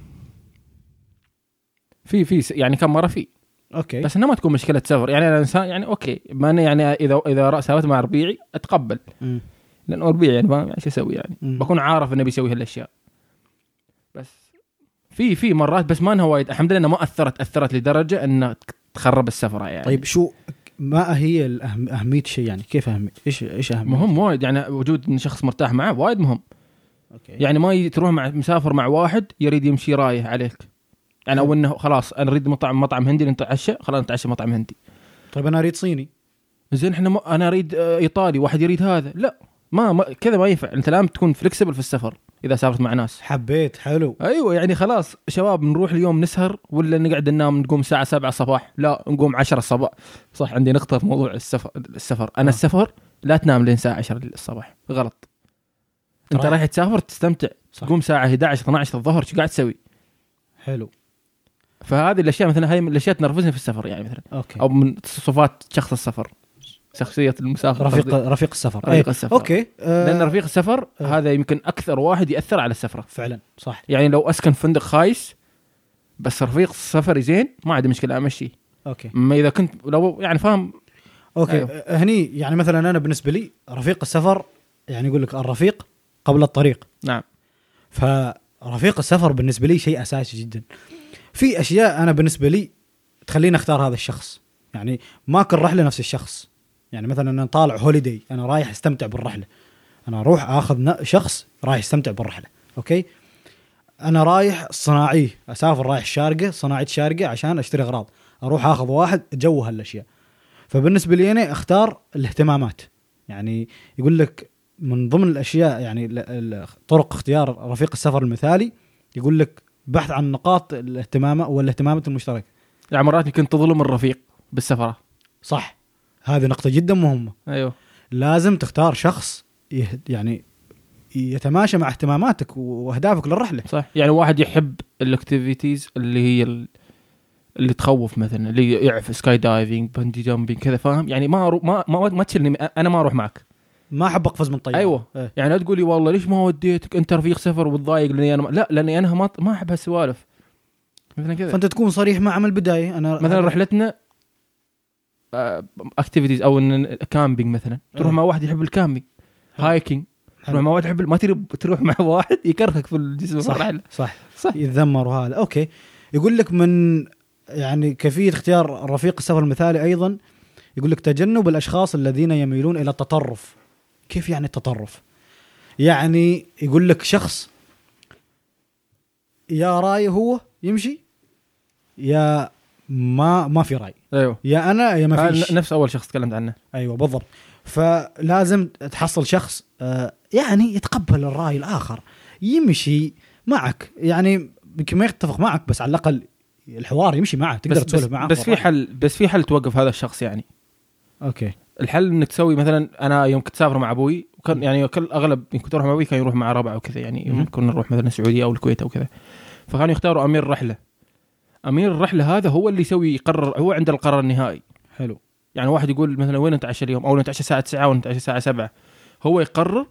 في في س- يعني كم مره في اوكي إيه. بس انها ما تكون مشكله سفر يعني انا انسان يعني اوكي ما انا يعني اذا اذا رأ- سافرت مع ربيعي اتقبل مم. لان ربيعي يعني ما ايش اسوي يعني مم. بكون عارف انه بيسوي هالاشياء بس في في مرات بس ما انها وايد الحمد لله إنها ما اثرت اثرت لدرجه انها ت- تخرب السفره يعني طيب شو ما هي الأهم... اهميه شيء يعني كيف اهميه ايش ايش اهميه مهم وايد يعني وجود إن شخص مرتاح معه وايد مهم أوكي. يعني ما ي- تروح مع مسافر مع واحد يريد يمشي رايه عليك يعني او انه خلاص انا اريد مطعم مطعم هندي نتعشى خلاص نتعشى مطعم هندي طيب انا اريد صيني زين احنا ما انا اريد آه، ايطالي واحد يريد هذا لا ما, ما كذا ما ينفع انت لازم تكون فلكسبل في السفر اذا سافرت مع ناس حبيت حلو ايوه يعني خلاص شباب نروح اليوم نسهر ولا نقعد ننام نقوم الساعه 7 الصباح لا نقوم 10 الصباح صح عندي نقطه في موضوع السفر السفر انا آه. آه. السفر لا تنام لين الساعه 10 الصبح غلط انت ترى- رايح تسافر تستمتع طيب. صح. تقوم الساعه 11 12 الظهر شو قاعد تسوي حلو فهذه الاشياء مثلا هاي من الاشياء تنرفزني في السفر يعني مثلا اوكي او من تصفات شخص السفر شخصيه المسافر رفيق قصدي. رفيق السفر رفيق أي. السفر. اوكي آه لان رفيق السفر آه. هذا يمكن اكثر واحد ياثر على السفره فعلا صح يعني لو اسكن في فندق خايس بس رفيق سفري زين ما عندي مشكله امشي اوكي اما اذا كنت لو يعني فاهم اوكي أيوه. أيوه. هني يعني مثلا انا بالنسبه لي رفيق السفر يعني يقول لك الرفيق قبل الطريق نعم فرفيق السفر بالنسبه لي شيء اساسي جدا في اشياء انا بالنسبه لي تخليني اختار هذا الشخص يعني ما كل رحله نفس الشخص يعني مثلا انا طالع هوليدي انا رايح استمتع بالرحله انا اروح اخذ نا- شخص رايح يستمتع بالرحله اوكي انا رايح صناعي اسافر رايح الشارقه صناعه شارقه عشان اشتري اغراض اروح اخذ واحد جو هالاشياء فبالنسبه لي انا اختار الاهتمامات يعني يقول لك من ضمن الاشياء يعني ال- ال- طرق اختيار رفيق السفر المثالي يقول لك بحث عن نقاط الاهتمام والاهتمامات المشتركه يعني مرات يمكن تظلم الرفيق بالسفره صح هذه نقطه جدا مهمه ايوه لازم تختار شخص يه- يعني يتماشى مع اهتماماتك واهدافك للرحله صح يعني واحد يحب الاكتيفيتيز اللي هي ال- اللي تخوف مثلا اللي يعرف سكاي دايفنج بندي جامبينج كذا فاهم يعني ما أرو... ما ما, ما تشلني انا ما اروح معك ما احب اقفز من طياره أيوة. إيه. يعني لا تقول لي والله ليش ما وديتك انت رفيق سفر وتضايق لاني انا ما... لا لاني انا ما ما احب هالسوالف مثلا كذا فانت تكون صريح معه من البدايه انا مثلا رحلتنا آه، اكتيفيتيز او ان كامبينج مثلا تروح أيوة. مع واحد يحب الكامبينج حلو. هايكينج حلو. تروح مع واحد يحب ما تريد تروح مع واحد يكرهك في الجسم صح. الرحله صح صح يتذمر وهذا اوكي يقول لك من يعني كيفيه اختيار رفيق السفر المثالي ايضا يقول لك تجنب الاشخاص الذين يميلون الى التطرف كيف يعني التطرف يعني يقول لك شخص يا رايه هو يمشي يا ما ما في راي ايوه يا انا يا ما فيش آه، نفس اول شخص تكلمت عنه ايوه بالضبط فلازم تحصل شخص آه، يعني يتقبل الراي الاخر يمشي معك يعني يمكن ما يتفق معك بس على الاقل الحوار يمشي معه تقدر بس بس, تسولف معه بس في حل بس في حل توقف هذا الشخص يعني اوكي الحل انك تسوي مثلا انا يوم كنت اسافر مع ابوي وكان يعني كل اغلب يوم كنت اروح مع ابوي كان يروح مع ربعه وكذا يعني مم. يوم كنا نروح مثلا السعوديه او الكويت او كذا فكانوا يختاروا امير الرحله امير الرحله هذا هو اللي يسوي يقرر هو عنده القرار النهائي حلو يعني واحد يقول مثلا وين نتعشى اليوم او نتعشى الساعه 9 ونتعشى الساعه 7 هو يقرر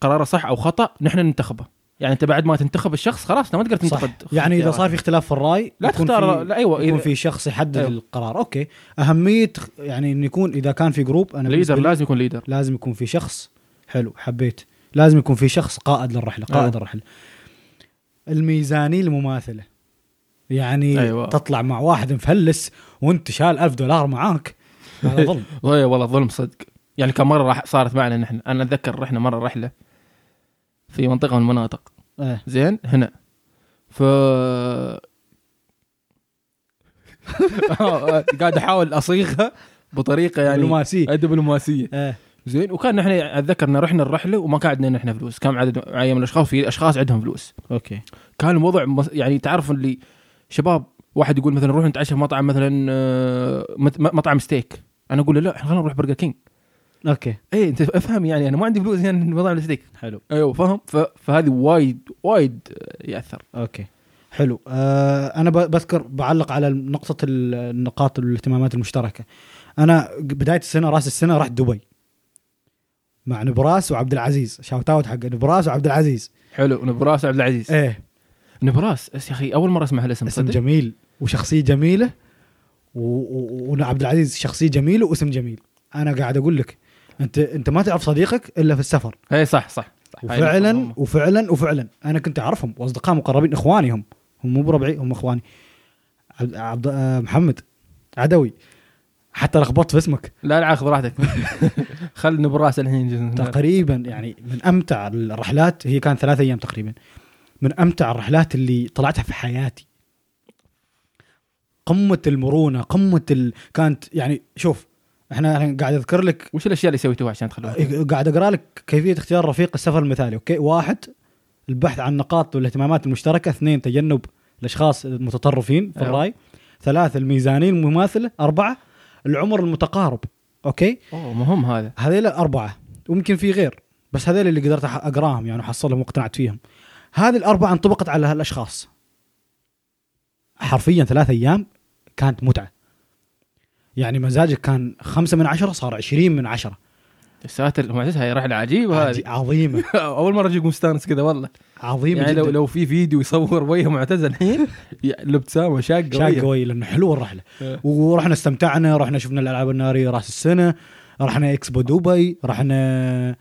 قراره صح او خطا نحن ننتخبه يعني انت بعد ما تنتخب الشخص خلاص انت ما تقدر صح تنتقد يعني اذا اختيارات. صار في اختلاف في الراي لا يكون تختار في- لا ايوه يكون إذا- في شخص يحدد أيوة. القرار اوكي اهميه يعني انه يكون اذا كان في جروب انا بالنسبة ليدر لي لازم يكون ليدر لازم يكون في شخص حلو حبيت لازم يكون في شخص قائد للرحله قائد أيوة. الرحله الميزانيه المماثله يعني أيوة. تطلع مع واحد مفلس وانت شال ألف دولار معاك هذا ظلم والله والله ظلم صدق يعني كم مره راح صارت معنا نحن انا اتذكر رحنا مره رحله في منطقه من المناطق إيه. زين هنا ف <laughs> قاعد احاول اصيغها بطريقه <laughs> يعني دبلوماسي دبلوماسيه إيه. زين وكان نحن اتذكر ان رحنا الرحله وما كان عندنا نحن فلوس كان عدد معين من الاشخاص في اشخاص عندهم فلوس اوكي كان الوضع مس- يعني تعرف اللي شباب واحد يقول مثلا نروح نتعشى في مطعم مثلا آه، مت- مطعم ستيك انا اقول له لا إحنا خلينا نروح برجر كينج اوكي ايه انت افهم يعني انا ما عندي فلوس يعني مطعم الستيك حلو ايوه فاهم ف- فهذه وايد وايد آه، ياثر اوكي حلو آه انا ب- بذكر بعلق على نقطه ال- النقاط والاهتمامات المشتركه انا بدايه السنه راس السنه رحت دبي مع نبراس وعبد العزيز شاوت اوت حق نبراس وعبد العزيز حلو نبراس عبد العزيز ايه إيه. نبراس أس- يا اخي اول مره اسمع هالاسم اسم صدق؟ جميل وشخصيه جميله وعبد العزيز شخصيه جميله واسم جميل انا قاعد اقول لك انت انت ما تعرف صديقك الا في السفر اي إيه، صح صح, صح. هاي وفعلا نقطة وفعلا وفعلا انا كنت اعرفهم واصدقاء مقربين اخواني هم هم مو بربعي هم اخواني عبد, عبد آه، محمد عدوي حتى لخبطت في اسمك مهمة. لا لا خذ <laughs> راحتك خل نبراس الحين تقريبا يعني من امتع الرحلات هي كانت ثلاثة ايام تقريبا من امتع الرحلات اللي طلعتها في حياتي قمه المرونه قمه ال... كانت يعني شوف احنا الحين قاعد اذكر لك وش الاشياء اللي سويتوها عشان تخلوها قاعد اقرا لك كيفيه اختيار رفيق السفر المثالي اوكي واحد البحث عن نقاط والاهتمامات المشتركه اثنين تجنب الاشخاص المتطرفين في أيوة. الراي ثلاثه الميزانيه المماثله اربعه العمر المتقارب اوكي اوه مهم هذا هذيل الأربعة ويمكن في غير بس هذيل اللي قدرت أح- أقراهم يعني وحصلهم واقتنعت فيهم هذه الأربعة انطبقت على هالأشخاص حرفيا ثلاثة أيام كانت متعة يعني مزاجك كان خمسة من عشرة صار عشرين من عشرة يا ساتر معجز هاي رحله عجيبه <laughs> هذه عادي- عظيمة اول مره اجيك مستانس كذا والله عظيمة يعني يعني لو جدا لو في فيديو يصور وجه معتز الحين يعني الابتسامه شاقه شاق وجهه. قوي لأنه حلوة الرحلة إيه. ورحنا استمتعنا رحنا شفنا الألعاب النارية رأس السنة رحنا اكسبو دبي رحنا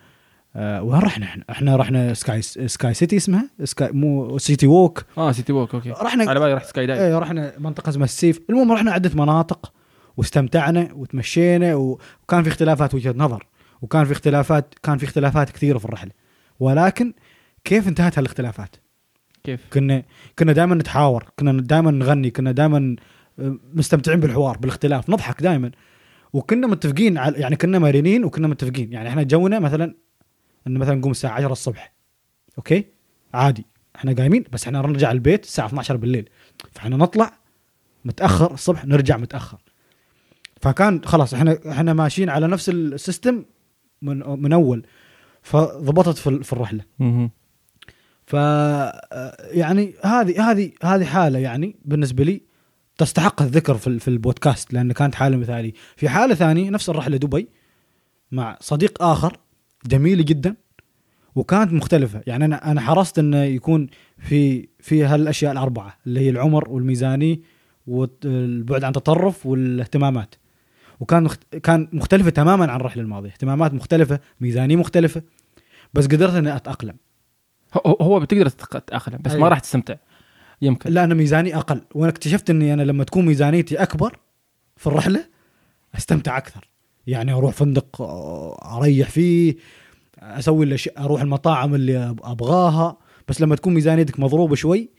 آه وين رحنا احنا؟ احنا رحنا سكاي سكاي سيتي اسمها سكاي مو سيتي ووك اه سيتي ووك اوكي رحنا على بالي رحت سكاي دايف ايه رحنا منطقه اسمها السيف المهم رحنا عده مناطق واستمتعنا وتمشينا و- وكان في اختلافات وجهه نظر وكان في اختلافات كان في اختلافات كثيره في الرحله ولكن كيف انتهت هالاختلافات كيف كنا كنا دائما نتحاور كنا دائما نغني كنا دائما مستمتعين بالحوار بالاختلاف نضحك دائما وكنا متفقين على يعني كنا مرنين وكنا متفقين يعني احنا جونا مثلا ان مثلا نقوم الساعه 10 الصبح اوكي عادي احنا قايمين بس احنا نرجع البيت الساعه 12 بالليل فاحنا نطلع متاخر الصبح نرجع متاخر فكان خلاص احنا احنا ماشيين على نفس السيستم من من اول فضبطت في ال- في الرحله مهم. ف يعني هذه هذه هذه حاله يعني بالنسبه لي تستحق الذكر في ال- في البودكاست لان كانت حاله مثاليه في حاله ثانيه نفس الرحله دبي مع صديق اخر جميل جدا وكانت مختلفه يعني انا انا حرصت انه يكون في في هالاشياء الاربعه اللي هي العمر والميزانيه والبعد عن التطرف والاهتمامات وكان مخت... كان مختلفه تماما عن الرحله الماضيه اهتمامات مختلفه ميزانيه مختلفه بس قدرت اني اتاقلم هو هو بتقدر تتق- تاخذه بس أيوة. ما راح تستمتع يمكن لا انا ميزاني اقل وانا اكتشفت اني انا لما تكون ميزانيتي اكبر في الرحله استمتع اكثر يعني اروح فندق آه، اريح فيه اسوي الاشياء اروح المطاعم اللي أب- ابغاها بس لما تكون ميزانيتك مضروبه شوي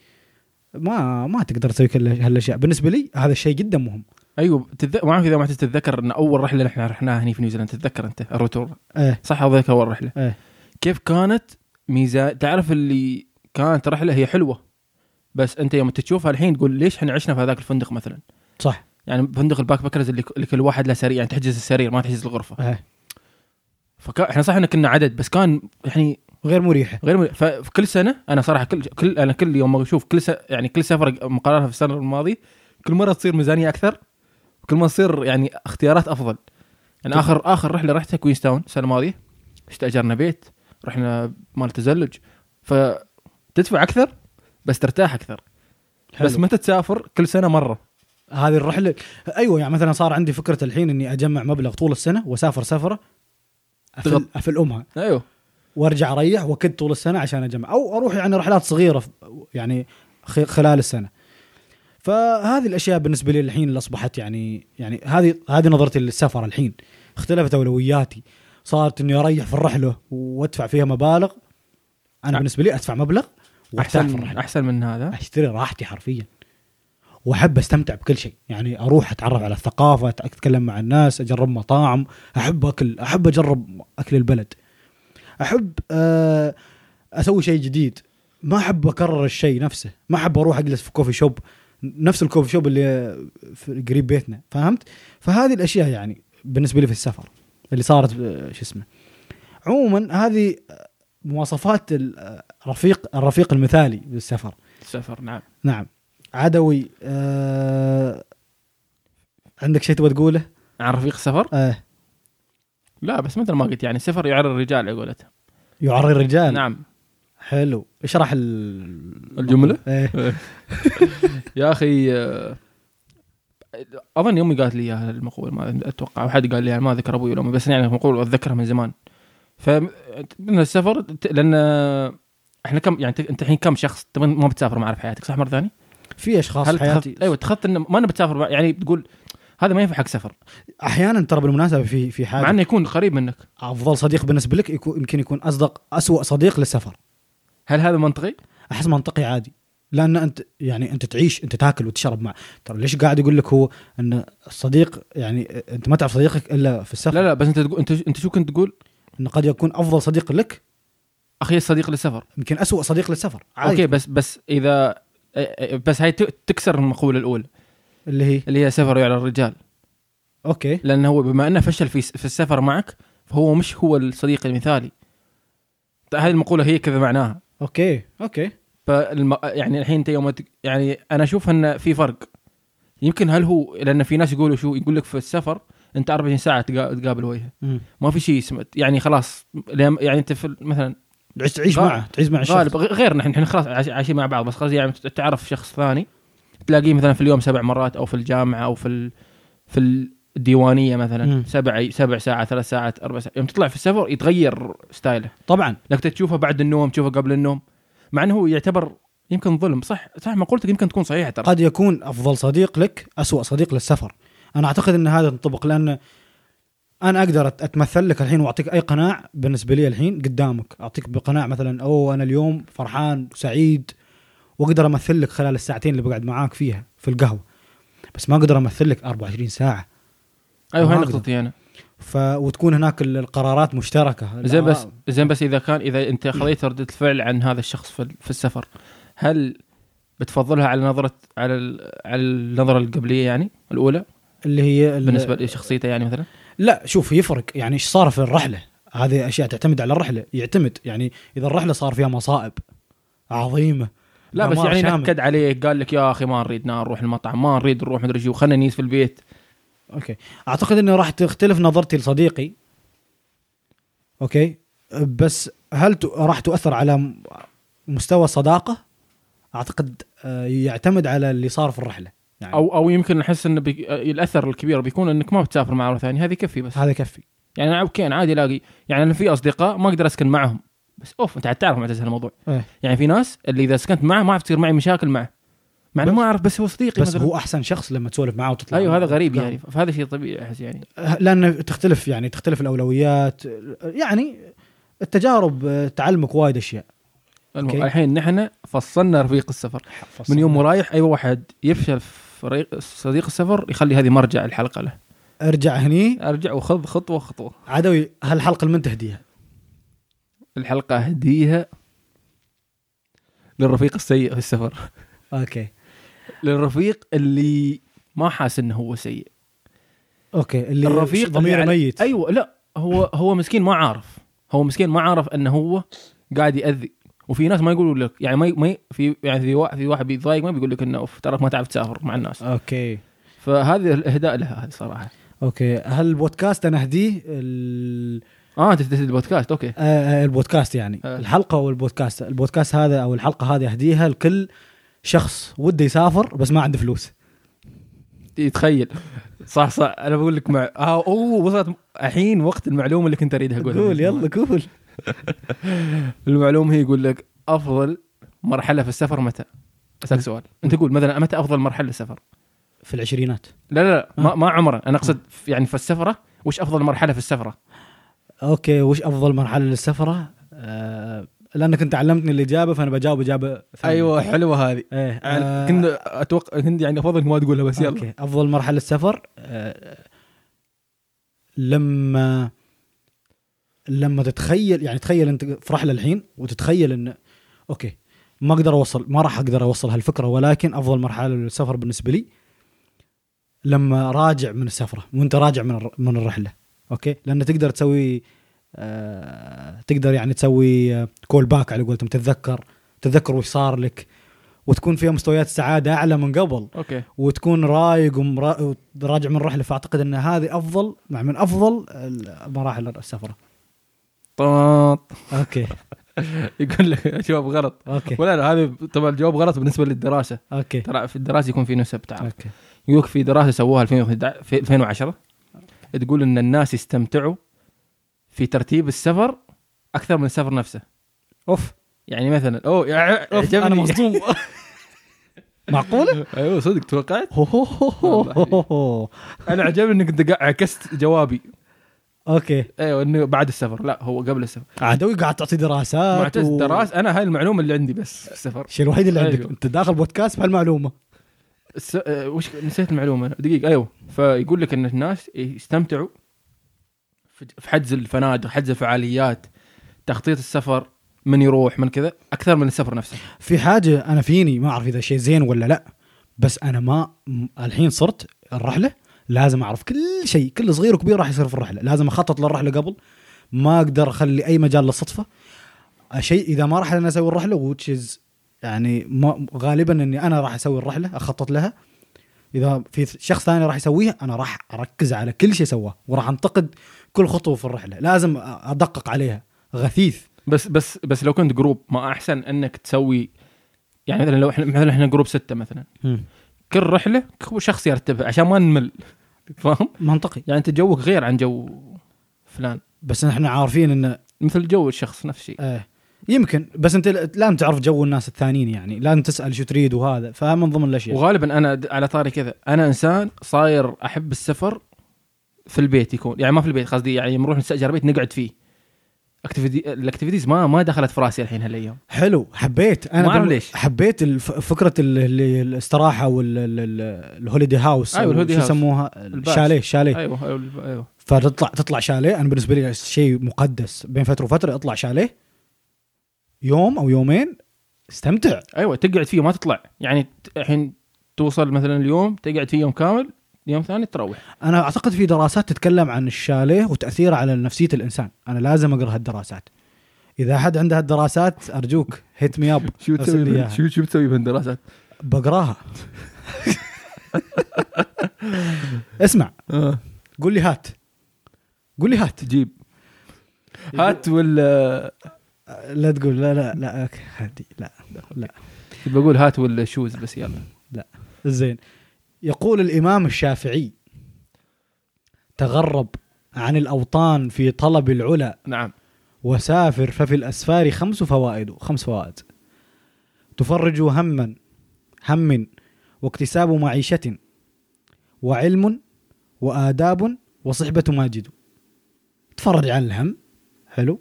ما ما تقدر تسوي كل هالاشياء بالنسبه لي هذا الشيء جدا مهم ايوه تتذ... ما اعرف اذا ما أنت تتذكر ان اول رحله نحن رحناها هني في نيوزيلند تتذكر انت الروتور ايه صح او ذاك اول رحله إيه. كيف كانت ميزان تعرف اللي كانت رحله هي حلوه بس انت يوم تشوفها الحين تقول ليش احنا عشنا في هذاك الفندق مثلا صح يعني فندق الباك باكرز اللي اللي كل واحد له سرير يعني تحجز السرير ما تحجز الغرفه إيه. فكان احنا صح ان كنا عدد بس كان يعني غير مريحه غير مل... فكل سنه انا صراحه كل كل انا كل يوم ما اشوف كل س... يعني كل سفره مقارنه في السنه الماضيه كل مره تصير ميزانيه اكثر وكل ما تصير يعني اختيارات افضل يعني اخر اخر رحله رحتها كوينز تاون السنه الماضيه استاجرنا بيت رحنا مال تزلج فتدفع اكثر بس ترتاح اكثر حلو. بس متى تسافر كل سنه مره هذه الرحله ايوه يعني مثلا صار عندي فكره الحين اني اجمع مبلغ طول السنه واسافر سفره افل, تغط- أفل امها ايوه وارجع اريح واكد طول السنه عشان اجمع او اروح يعني رحلات صغيره ف- يعني خ- خلال السنه فهذه الاشياء بالنسبه لي الحين اللي اصبحت يعني يعني هذه هذه نظرتي للسفر الحين اختلفت اولوياتي صارت اني اريح في الرحله وادفع فيها مبالغ انا بالنسبه لي ادفع مبلغ وارتاح في احسن الرحله احسن من هذا اشتري راحتي حرفيا واحب استمتع بكل شيء يعني اروح اتعرف على الثقافه اتكلم مع الناس اجرب مطاعم احب اكل احب اجرب اكل البلد احب آه، اسوي شيء جديد ما احب اكرر الشيء نفسه ما احب اروح اجلس في كوفي شوب نفس الكوفي شوب اللي في قريب بيتنا فهمت فهذه الاشياء يعني بالنسبه لي في السفر اللي صارت آه، شو اسمه عموما هذه آه، مواصفات الرفيق الرفيق المثالي بالسفر السفر نعم نعم عدوي آه... عندك شيء تبغى تقوله؟ عن رفيق السفر آه. لا بس مثل ما قلت يعني السفر يعرى الرجال على قولتهم يعري الرجال نعم حلو اشرح ال... الجملة؟ ايه يا اخي آه، اظن امي قالت لي اياها المقوله ما اتوقع حد قال لي يعني ما ذكر ابوي ولا امي بس يعني المقوله اتذكرها من زمان ف من السفر ت- لان آه، احنا كم يعني ت- انت الحين كم شخص تبغى- ما بتسافر معه في حياتك صح مره ثانيه؟ في اشخاص هل في حياتي تخف... ايوه تخطط انه ما انا بتسافر مع- يعني بتقول هذا ما ينفع حق سفر احيانا ترى بالمناسبه في في مع حاجه انه يكون قريب منك افضل صديق بالنسبه لك يكون يمكن يكون اصدق اسوء صديق للسفر هل هذا منطقي؟ احس منطقي عادي لان انت يعني انت تعيش انت تاكل وتشرب مع ترى ليش قاعد يقول لك هو ان الصديق يعني انت ما تعرف صديقك الا في السفر لا لا بس انت تقول انت انت شو كنت تقول؟ انه قد يكون افضل صديق لك اخي الصديق للسفر يمكن اسوء صديق للسفر عادي اوكي بس بس اذا إيه، إيه، بس هاي ت- تكسر المقوله الاولى اللي هي اللي هي سفر على الرجال اوكي لانه هو بما انه فشل في في السفر معك فهو مش هو الصديق المثالي ت- هذه المقوله هي كذا معناها اوكي اوكي فالم... يعني الحين انت يوم ت- يعني انا اشوف ان في فرق يمكن هل هو لان في ناس يقولوا شو يقول لك في السفر انت 24 ساعه تقا- تقابل وجهه ما في شيء اسمه يعني خلاص لم- يعني انت في ال- مثلا تعيش تعيش غالب- معه تعيش مع الشخص غالب غ- غير نحن نحن خلاص عايش- عايشين مع بعض بس خلاص يعني ت- تعرف شخص ثاني تلاقيه مثلا في اليوم سبع مرات او في الجامعه او في ال... في الديوانيه مثلا مم. سبع سبع ساعات ثلاث ساعات اربع ساعات يوم تطلع في السفر يتغير ستايله طبعا لك تشوفه بعد النوم تشوفه قبل النوم مع انه هو يعتبر يمكن ظلم صح صح مقولتك يمكن تكون صحيحه ترى قد يكون افضل صديق لك اسوء صديق للسفر انا اعتقد ان هذا ينطبق لان انا اقدر أت- اتمثل لك الحين واعطيك اي قناع بالنسبه لي الحين قدامك اعطيك بقناع مثلا او انا اليوم فرحان سعيد واقدر امثل لك خلال الساعتين اللي بقعد معاك فيها في القهوه بس ما اقدر امثل لك 24 ساعه ايوه هاي ما أقدر. نقطتي انا ف... وتكون هناك ال- القرارات مشتركه زين بس زين بس اذا كان اذا انت خذيت رده الفعل عن هذا الشخص في, ال- في السفر هل بتفضلها على نظره على ال- على النظره القبليه يعني الاولى اللي هي ال- بالنسبه لشخصيته يعني مثلا لا شوف يفرق يعني ايش صار في الرحله هذه اشياء تعتمد على الرحله يعتمد يعني اذا الرحله صار فيها مصائب عظيمه لا بس دمار يعني شامل. نكد عليك قال لك يا اخي ما نريد نا- نروح المطعم ما نريد نروح مدري شو خلينا نجلس في البيت اوكي اعتقد انه راح تختلف نظرتي لصديقي اوكي بس هل ت... راح تؤثر على م- مستوى الصداقه اعتقد آه، يعتمد على اللي صار في الرحله يعني او او يمكن نحس انه بي... الاثر الكبير بيكون انك ما بتسافر مع مره ثانيه هذه كفي بس هذا يكفي يعني أنا اوكي أنا عادي الاقي يعني أنا في اصدقاء ما اقدر اسكن معهم بس اوف انت عاد تعرف معتز هالموضوع إيه. يعني في ناس اللي اذا سكنت معه ما اعرف تصير معي مشاكل معه مع انه بس- ما اعرف بس هو صديقي بس مثلاً. هو احسن شخص لما تسولف معه وتطلع ايوه هذا معه. غريب لا. يعني فهذا شيء طبيعي احس يعني لان تختلف يعني تختلف الاولويات يعني التجارب تعلمك وايد اشياء المهم أوكي. الحين نحن فصلنا رفيق السفر من يوم ورايح اي واحد يفشل في ريق- صديق السفر يخلي هذه مرجع الحلقه له ارجع <laughs> هني ارجع وخذ خطوه خطوه عدوي هالحلقه اللي ما تهديها الحلقه اهديها للرفيق السيء في السفر اوكي للرفيق اللي ما حاس انه هو سيء اوكي اللي الرفيق ضميره اللي عليه- ميت ايوه لا هو هو مسكين ما عارف هو مسكين ما عارف انه هو قاعد ياذي وفي ناس ما يقولوا لك يعني ما ي- ما ي- في يعني في واحد في واحد بيتضايق ما بيقول لك انه اوف تراك ما تعرف تسافر مع الناس اوكي فهذه الاهداء لها هذه صراحه اوكي هالبودكاست انا اهديه ال- اه انت تهدي البودكاست اوكي آه، آه، البودكاست يعني آه. الحلقه او البودكاست البودكاست هذا او الحلقه هذه اهديها لكل شخص وده يسافر بس ما عنده فلوس يتخيل صح صح انا بقول لك مع اه اوه وصلت الحين وقت المعلومه اللي كنت اريدها اقولها قول يلا قول المعلومه هي يقول لك افضل مرحله في السفر متى؟ اسالك سؤال انت قول مثلا متى افضل مرحله للسفر؟ في العشرينات لا لا لا ما, ما عمره انا اقصد في- يعني في السفره وش افضل مرحله في السفره؟ اوكي وش افضل مرحله للسفره؟ آه لانك انت علمتني الاجابه فانا بجاوب اجابه ثانيه أيوة، حلوه هذه ايه آه يعني كنت اتوقع كنت يعني افضل إنك ما تقولها بس يلا اوكي افضل مرحله للسفر آه لما لما تتخيل يعني تخيل انت في رحله الحين وتتخيل ان اوكي ما اقدر اوصل ما راح اقدر اوصل هالفكره ولكن افضل مرحله للسفر بالنسبه لي لما راجع من السفره وانت راجع من الر- من الرحله اوكي لان تقدر تسوي آه تقدر يعني تسوي كول باك على قولتهم تتذكر تتذكر وش صار لك وتكون فيها مستويات السعاده اعلى من قبل اوكي وتكون رايق ومرا- وراجع من رحله فاعتقد ان هذه افضل مع من افضل مراحل السفره طاط اوكي <laughs> يقول لك جواب غلط <laughs> اوكي ولا لا هذا طبعا الجواب غلط بالنسبه للدراسه اوكي ترى في الدراسه يكون في نسب تعرف اوكي يقول لك في دراسه سووها 2011 في 2010 تقول ان الناس يستمتعوا في ترتيب السفر اكثر من السفر نفسه اوف يعني مثلا اوه يع- اوف عجبني انا مصدوم <laughs> <laughs> معقوله؟ ايوه صدق توقعت <laughs> هو هو هو هو هو. انا عجبني انك دق- عكست جوابي اوكي ايوه انه بعد السفر لا هو قبل السفر عدوي قاعد تعطي دراسات معتز و- دراس انا هاي المعلومه اللي عندي بس في السفر الشيء الوحيد اللي عندك أيوه. انت داخل بودكاست بهالمعلومه الس... آه، وش نسيت المعلومه دقيقه ايوه فيقول لك ان الناس يستمتعوا في في حجز الفنادق حجز الفعاليات تخطيط السفر من يروح من كذا اكثر من السفر نفسه في حاجه انا فيني ما اعرف اذا شيء زين ولا لا بس انا ما م- الحين صرت الرحله لازم اعرف كل شيء كل صغير وكبير راح يصير في الرحله لازم اخطط للرحله قبل ما اقدر اخلي اي مجال للصدفه شيء اذا ما راح انا اسوي الرحله which is يعني ما غالبا اني انا راح اسوي الرحله اخطط لها اذا في شخص ثاني راح يسويها انا راح اركز على كل شيء سواه وراح انتقد كل خطوه في الرحله لازم أ- ادقق عليها غثيث بس بس بس لو كنت جروب ما احسن انك تسوي يعني مثلا لو احنا مثلا احنا جروب سته مثلا كل رحله هو شخص يرتبها عشان ما نمل فاهم؟ منطقي يعني انت جوك غير عن جو فلان بس احنا عارفين ان مثل جو الشخص نفس الشيء ايه يمكن بس انت لا- لازم تعرف جو الناس الثانيين يعني لازم تسال شو تريد وهذا فمن ضمن الاشياء وغالبا انا د- على طاري كذا انا انسان صاير احب السفر في البيت يكون يعني ما في البيت قصدي يعني نروح نستاجر بيت نقعد فيه اكتيفيتي الاكتيفيتيز ما ما دخلت في راسي الحين هالايام حلو حبيت انا ما أعرف بال- ليش. حبيت الف... فكره ال... ال... الاستراحه والهوليدي هاوس أيوة، الهوليدي هاوس. يسموها الباش. الشاليه الشاليه ايوه ايوه, أيوة. فتطلع تطلع شاليه انا بالنسبه لي شيء مقدس بين فتره وفتره اطلع شاليه يوم او يومين استمتع ايوه تقعد فيه ما تطلع يعني ت- الحين توصل مثلا اليوم تقعد فيه يوم كامل يوم ثاني تروح انا اعتقد في دراسات تتكلم عن الشاليه وتاثيره على نفسيه الانسان انا لازم اقرا هالدراسات اذا احد عنده هالدراسات ارجوك هيت مي اب شو بتسوي بالدراسات؟ بقراها <laughs> اسمع آه. قول لي هات قول لي هات تجيب هات ولا أه، لا تقول لا لا لا أوكي، هادي لا لا بقول هات ولا شوز بس يلا زين يقول الامام الشافعي تغرب عن الاوطان في طلب العلا نعم وسافر ففي الأسفار خمس فوائد خمس فوائد تفرج هما هم واكتساب معيشة وعلم وآداب وصحبة ماجد تفرج عن الهم حلو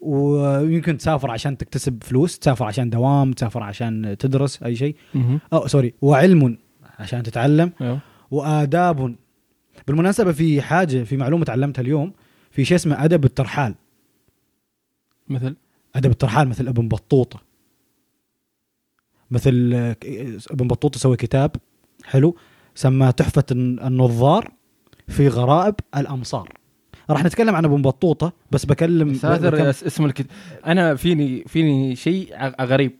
ويمكن تسافر عشان تكتسب فلوس تسافر عشان دوام تسافر عشان تدرس اي شيء مهم. او سوري وعلم عشان تتعلم أيوه. واداب بالمناسبه في حاجه في معلومه تعلمتها اليوم في شيء اسمه ادب الترحال مثل ادب الترحال مثل ابن بطوطه مثل آه، ك- ابن بطوطه سوى كتاب حلو سماه تحفه الن- النظار في غرائب الامصار راح نتكلم عن ابن بطوطه بس بكلم ساتر بكم- يا س- اسم الكتاب انا فيني فيني شيء ع- غريب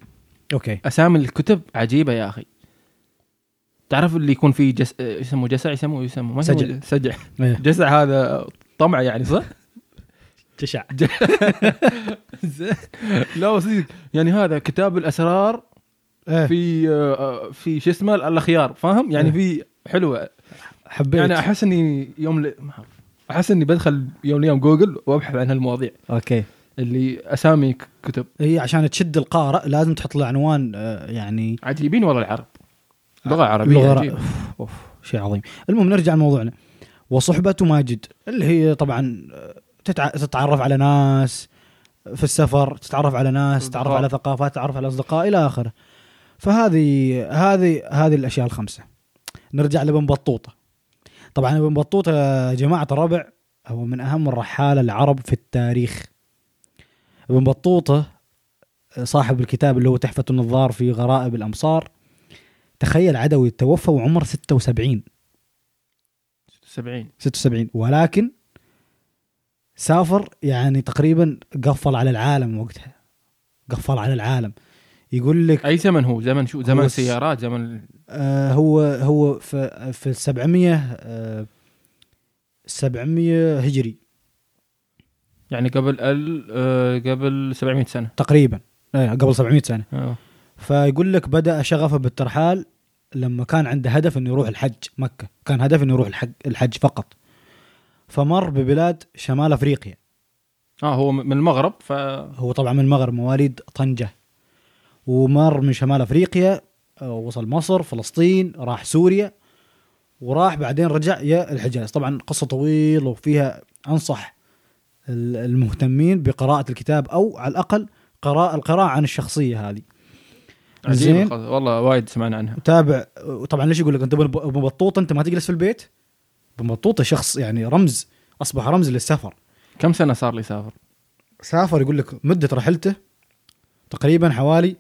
اوكي اسامي الكتب عجيبه يا اخي تعرف اللي يكون فيه جس... آه، يسموه جسع يسموه يسموه ما يسموه سجع. ج- سجع <laughs> إيه. جسع هذا طمع يعني صح؟ <laughs> تشع <laughs> لا وصدق يعني هذا كتاب الاسرار إيه. في آه، في شو اسمه الاخيار فاهم؟ يعني إيه. في حلوه حبيت يعني احس اني يوم ل... ما أعرف. احس اني بدخل يوم ليوم جوجل وابحث عن هالمواضيع اوكي اللي اسامي ك- كتب هي إيه، عشان تشد القارئ لازم تحط له عنوان آه، يعني عجيبين والله العرب لغه عربيه لغه عجيبة. أوف، اوف شيء عظيم المهم نرجع لموضوعنا وصحبة ماجد اللي هي طبعا آه، تتع... تتعرف على ناس في السفر تتعرف على ناس تتعرف بالضبط. على ثقافات تتعرف على اصدقاء الى اخره فهذه هذه هذه الاشياء الخمسه نرجع لابن بطوطه طبعا ابن بطوطه يا جماعه الربع هو من اهم الرحاله العرب في التاريخ ابن بطوطه صاحب الكتاب اللي هو تحفه النظار في غرائب الامصار تخيل عدوي توفى وعمره 76 70 76 ولكن سافر يعني تقريبا قفل على العالم وقتها قفل على العالم يقول لك اي زمن هو زمن شو زمن هو س- سيارات زمن آه هو هو في في 700 آه 700 هجري يعني قبل ال آه، قبل 700 سنه تقريبا إيه، قبل 700 سنه آه. فيقول لك بدا شغفه بالترحال لما كان عنده هدف انه يروح الحج مكه كان هدف انه يروح الحج, الحج فقط فمر ببلاد شمال افريقيا اه هو م- من المغرب ف هو طبعا من المغرب مواليد طنجة ومر من شمال أفريقيا آه، وصل مصر فلسطين راح سوريا وراح بعدين رجع يا الحجاز طبعا قصة طويلة وفيها أنصح ال- المهتمين بقراءة الكتاب أو على الأقل قراءة القراءة عن الشخصية هذه عجيب زين. القصة. والله وايد سمعنا عنها تابع طبعا ليش يقول لك انت ابن ب- ابن بطوطة انت ما تجلس في البيت ابن بطوطة شخص يعني رمز أصبح رمز للسفر كم سنه صار لي سافر سافر يقول لك مدة رحلته تقريبا حوالي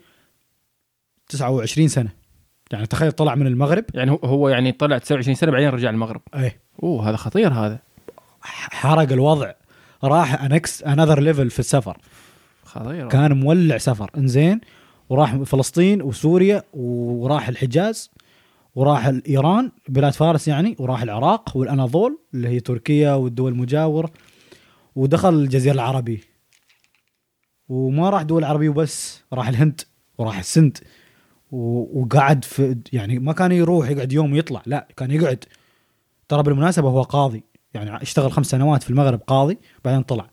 29 سنة يعني تخيل طلع من المغرب يعني هو- هو يعني طلع 29 سنه بعدين رجع المغرب ايه اوه هذا خطير هذا ح- حرق الوضع راح انكس انذر ليفل في السفر خطير كان مولع سفر انزين وراح فلسطين وسوريا وراح الحجاز وراح ايران بلاد فارس يعني وراح العراق والاناضول اللي هي تركيا والدول المجاوره ودخل الجزيره العربيه وما راح دول عربيه وبس راح الهند وراح السند و- وقعد في يعني ما كان يروح يقعد يوم ويطلع لا كان يقعد ترى بالمناسبه هو قاضي يعني اشتغل خمس سنوات في المغرب قاضي بعدين طلع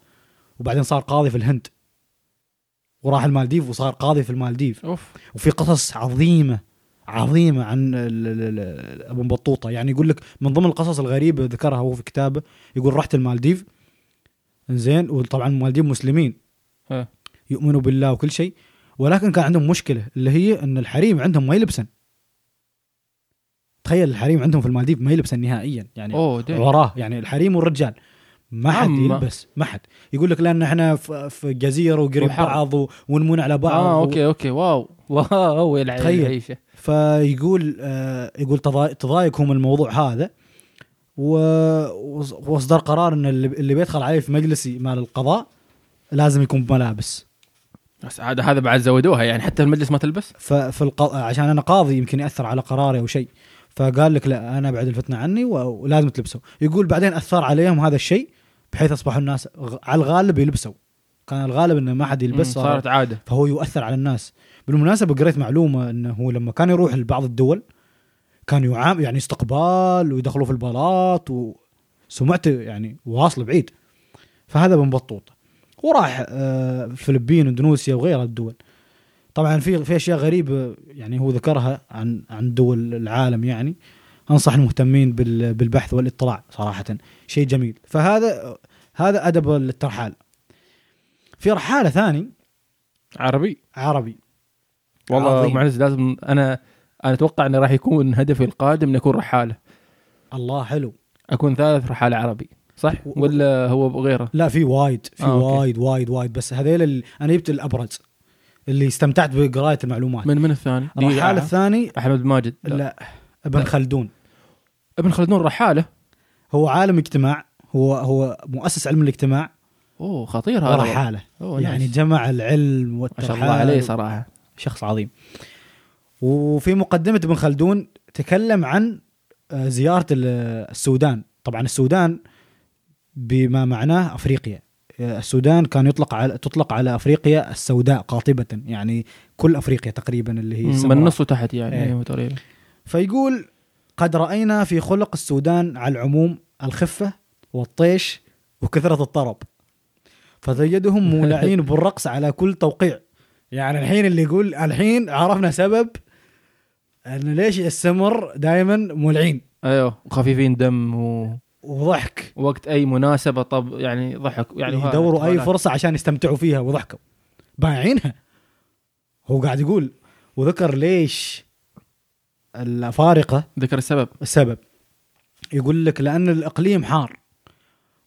وبعدين صار قاضي في الهند وراح المالديف وصار قاضي في المالديف اوف وفي قصص عظيمه عظيمه عن ال- ال- ال- ابن بطوطه يعني يقول لك من ضمن القصص الغريبه ذكرها هو في كتابه يقول رحت المالديف زين وطبعا المالديف مسلمين إيه. يؤمنوا بالله وكل شيء ولكن كان عندهم مشكله اللي هي ان الحريم عندهم ما يلبسن تخيل الحريم عندهم في المالديف ما يلبسن نهائيا يعني اوه دي. وراه يعني الحريم والرجال ما حد عمّا. يلبس ما حد يقول لك لان احنا في في جزيره وقريب وحر. بعض و- ونمون على بعض اه و- اوكي اوكي واو واو يلعب تخيل. العيشه فيقول آه يقول تضا- تضايقهم الموضوع هذا و... وص- واصدر قرار ان اللي اللي بيدخل عليه في مجلسي مال القضاء لازم يكون بملابس بس عاد هذا بعد زودوها يعني حتى المجلس ما تلبس ففي الق... عشان انا قاضي يمكن ياثر على قراري او شيء فقال لك لا انا بعد الفتنه عني و- ولازم تلبسوا يقول بعدين اثر عليهم هذا الشيء بحيث اصبحوا الناس غ... على الغالب يلبسوا كان الغالب انه ما حد يلبس مم، صارت عاده فهو يؤثر على الناس بالمناسبة قريت معلومة أنه هو لما كان يروح لبعض الدول كان يعام يعني استقبال ويدخلوا في البلاط وسمعته يعني واصل بعيد فهذا بن بطوطة وراح آه، الفلبين اندونيسيا وغيرها الدول طبعا في في اشياء غريبه يعني هو ذكرها عن عن دول العالم يعني انصح المهتمين بال- بالبحث والاطلاع صراحه شيء جميل فهذا هذا ادب الترحال في رحاله ثاني عربي عربي والله عظيم. معلش لازم انا انا اتوقع انه راح يكون هدفي القادم اني اكون رحاله الله حلو اكون ثالث رحاله عربي صح و- ولا هو غيره لا في وايد في آه، آه، أوكي. وايد وايد وايد بس هذيل ال- انا جبت الابرز اللي استمتعت بقراءه المعلومات من من الثاني الرحاله دقيقة. الثاني احمد ماجد لا, ابن لا. خلدون ابن خلدون رحاله هو عالم اجتماع هو هو مؤسس علم الاجتماع اوه خطير هذا ورحاله آه، أوه يعني نايس. جمع العلم ما شاء والترحال الله عليه صراحه شخص عظيم وفي مقدمة ابن خلدون تكلم عن آه، زيارة ال- السودان طبعا السودان بما معناه أفريقيا آه، السودان كان يطلق على تطلق على أفريقيا السوداء قاطبة يعني كل أفريقيا تقريبا اللي هي من سمراء. النص وتحت يعني إيه. أيوة تقريبا فيقول قد رأينا في خلق السودان على العموم الخفة والطيش وكثرة الطرب فتجدهم مولعين بالرقص على كل توقيع يعني الحين اللي يقول الحين عرفنا سبب انه ليش السمر دائما مولعين ايوه وخفيفين دم و... وضحك وقت اي مناسبه طب يعني ضحك يعني يعني وها- يدوروا اي تفاعلات. فرصه عشان يستمتعوا فيها وضحكوا بايعينها هو قاعد يقول وذكر ليش الافارقه ذكر السبب السبب يقول لك لأن الإقليم حار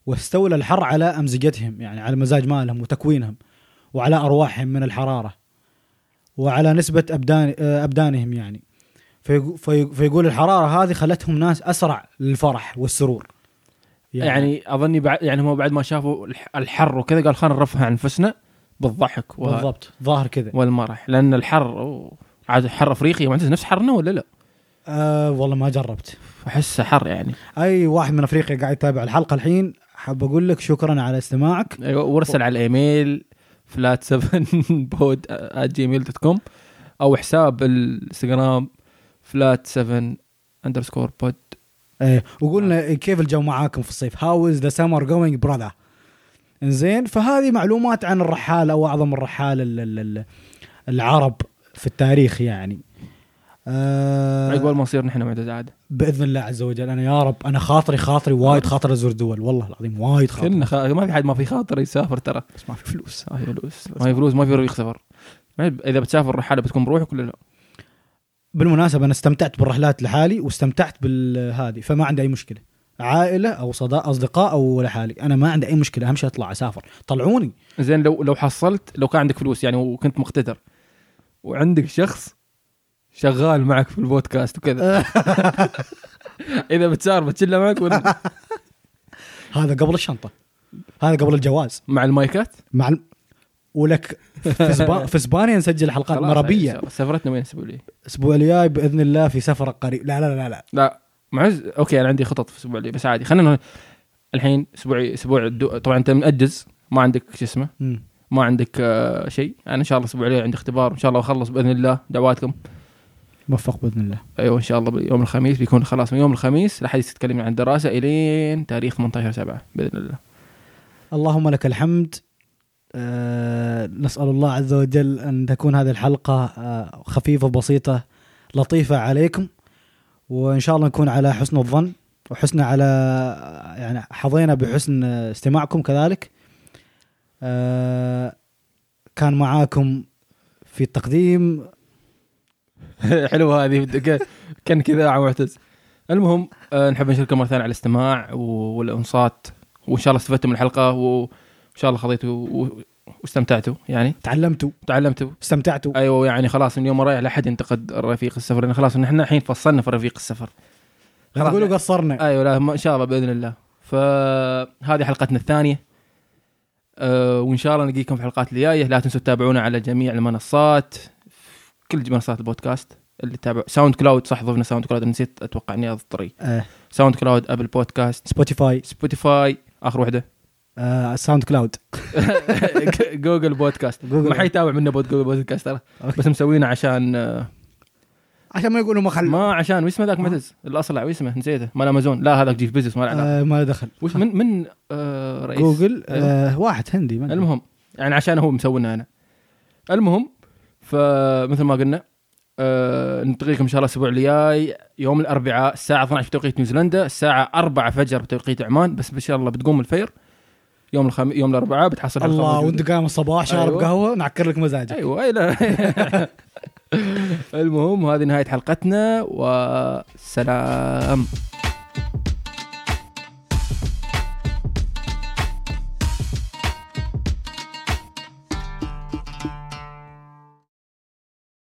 واستولى الحر على أمزجتهم يعني على مزاج مالهم وتكوينهم وعلى أرواحهم من الحرارة وعلى نسبة أبدان آه، أبدانهم يعني فيقو- في- فيقول الحرارة هذه خلتهم ناس أسرع للفرح والسرور يعني, يعني اظني بعد يعني هم بعد ما شافوا الح- الحر وكذا قال خلينا نرفه عن انفسنا بالضحك و... بالضبط ظاهر كذا والمرح لان الحر أوه، عاد حر افريقيا ما عندنا نفس حرنا ولا لا؟ أه والله ما جربت احسه حر يعني أي واحد من أفريقيا قاعد يتابع الحلقة الحين حاب أقول لك شكرا على استماعك ايوه وارسل على الايميل فلات 7 بود جيميل دوت كوم او حساب الانستغرام فلات 7 اندرسكور بود ايه وقلنا كيف الجو معاكم في الصيف هاو از ذا سمر جوينج براذر انزين فهذه معلومات عن الرحال او اعظم الرحال ال- ال- ال- العرب في التاريخ يعني عقبال آه ما نصير نحن معدة عاده باذن الله عز وجل انا يا رب انا خاطري خاطري وايد خاطر ازور دول والله العظيم وايد خاطر كلنا خا... ما في حد ما في خاطر يسافر ترى بس ما في فلوس ما في فلوس ما في فلوس ما في رفيق سفر ما يب- اذا بتسافر رحاله بتكون بروحك ولا لا؟ بالمناسبه انا استمتعت بالرحلات لحالي واستمتعت بالهذه فما عندي اي مشكله عائله او صدا اصدقاء او لحالي انا ما عندي اي مشكله اهم شيء اطلع اسافر طلعوني زين لو لو حصلت لو كان عندك فلوس يعني وكنت مقتدر وعندك شخص شغال معك في البودكاست <laughs> وكذا اذا بتسار بتشله معك ولا هذا قبل الشنطه هذا قبل الجواز مع المايكات مع الم... ولك في, <laughs> سبا... في اسبانيا نسجل حلقات خلاص، مربيه يعني سفرتنا وين الاسبوع لي الاسبوع الجاي باذن الله في سفره قريب لا لا لا لا لا معز اوكي انا عندي خطط في الاسبوع اللي بس عادي خلينا الحين اسبوع اسبوع الدو... طبعا انت مأجز ما عندك شو اسمه مم. ما عندك آه شيء انا ان شاء الله الاسبوع اللي عندي اختبار ان شاء الله اخلص باذن الله دعواتكم موفق باذن الله ايوه ان شاء الله يوم الخميس بيكون خلاص من يوم الخميس لا حد يتكلم عن الدراسه الين تاريخ 18 7 باذن الله اللهم لك الحمد أه... نسال الله عز وجل ان تكون هذه الحلقه أه... خفيفه بسيطه لطيفه عليكم وان شاء الله نكون على حسن الظن وحسن على يعني حظينا بحسن استماعكم كذلك أه... كان معاكم في التقديم <laughs> حلوه هذه ك- كان كذا عم معتز المهم آه، نحب نشكركم مره ثانيه على الاستماع و- والانصات وان شاء الله استفدتوا من الحلقه وان شاء الله خذيتوا و- واستمتعتوا يعني تعلمتوا تعلمتوا استمتعتوا ايوه يعني خلاص من يوم رايح لا حد ينتقد رفيق السفر لان خلاص احنا الحين فصلنا في رفيق السفر لا خلاص. تقولوا <laughs> قصرنا ايوه لا ما- ان شاء الله باذن الله فهذه حلقتنا الثانيه أه وان شاء الله نلقيكم في الحلقات اللي جايه لا تنسوا تتابعونا على جميع المنصات كل منصات البودكاست اللي تتابع ساوند كلاود صح ضفنا ساوند كلاود أنا نسيت اتوقع اني اضطري آه. ساوند كلاود ابل بودكاست سبوتيفاي سبوتيفاي اخر وحده آه. ساوند كلاود <laughs> جوجل بودكاست جوجل. ما حيتابع منا بود جوجل بودكاست ترى أوكي. بس مسوينا عشان آه، عشان ما يقولوا ما خل ما عشان وش اسمه ذاك معتز الاصلع وش اسمه نسيته مال امازون لا هذاك جيف بزنس ما له علاقه آه. ما دخل وش من من آه رئيس جوجل أيوة. آه. واحد هندي ما أدري. المهم يعني عشان هو مسوينا انا المهم فمثل ما قلنا آه نلتقيكم ان شاء الله الاسبوع اللي جاي يوم الاربعاء الساعه 12 بتوقيت نيوزيلندا الساعه 4 فجر بتوقيت عمان بس ان شاء الله بتقوم الفير يوم الخم... يوم الاربعاء بتحصل الله الحلقة موجودة. وانت قايم الصباح شارب أيوة. قهوه نعكر لك مزاجك ايوه اي لا <laughs> المهم هذه نهايه حلقتنا وسلام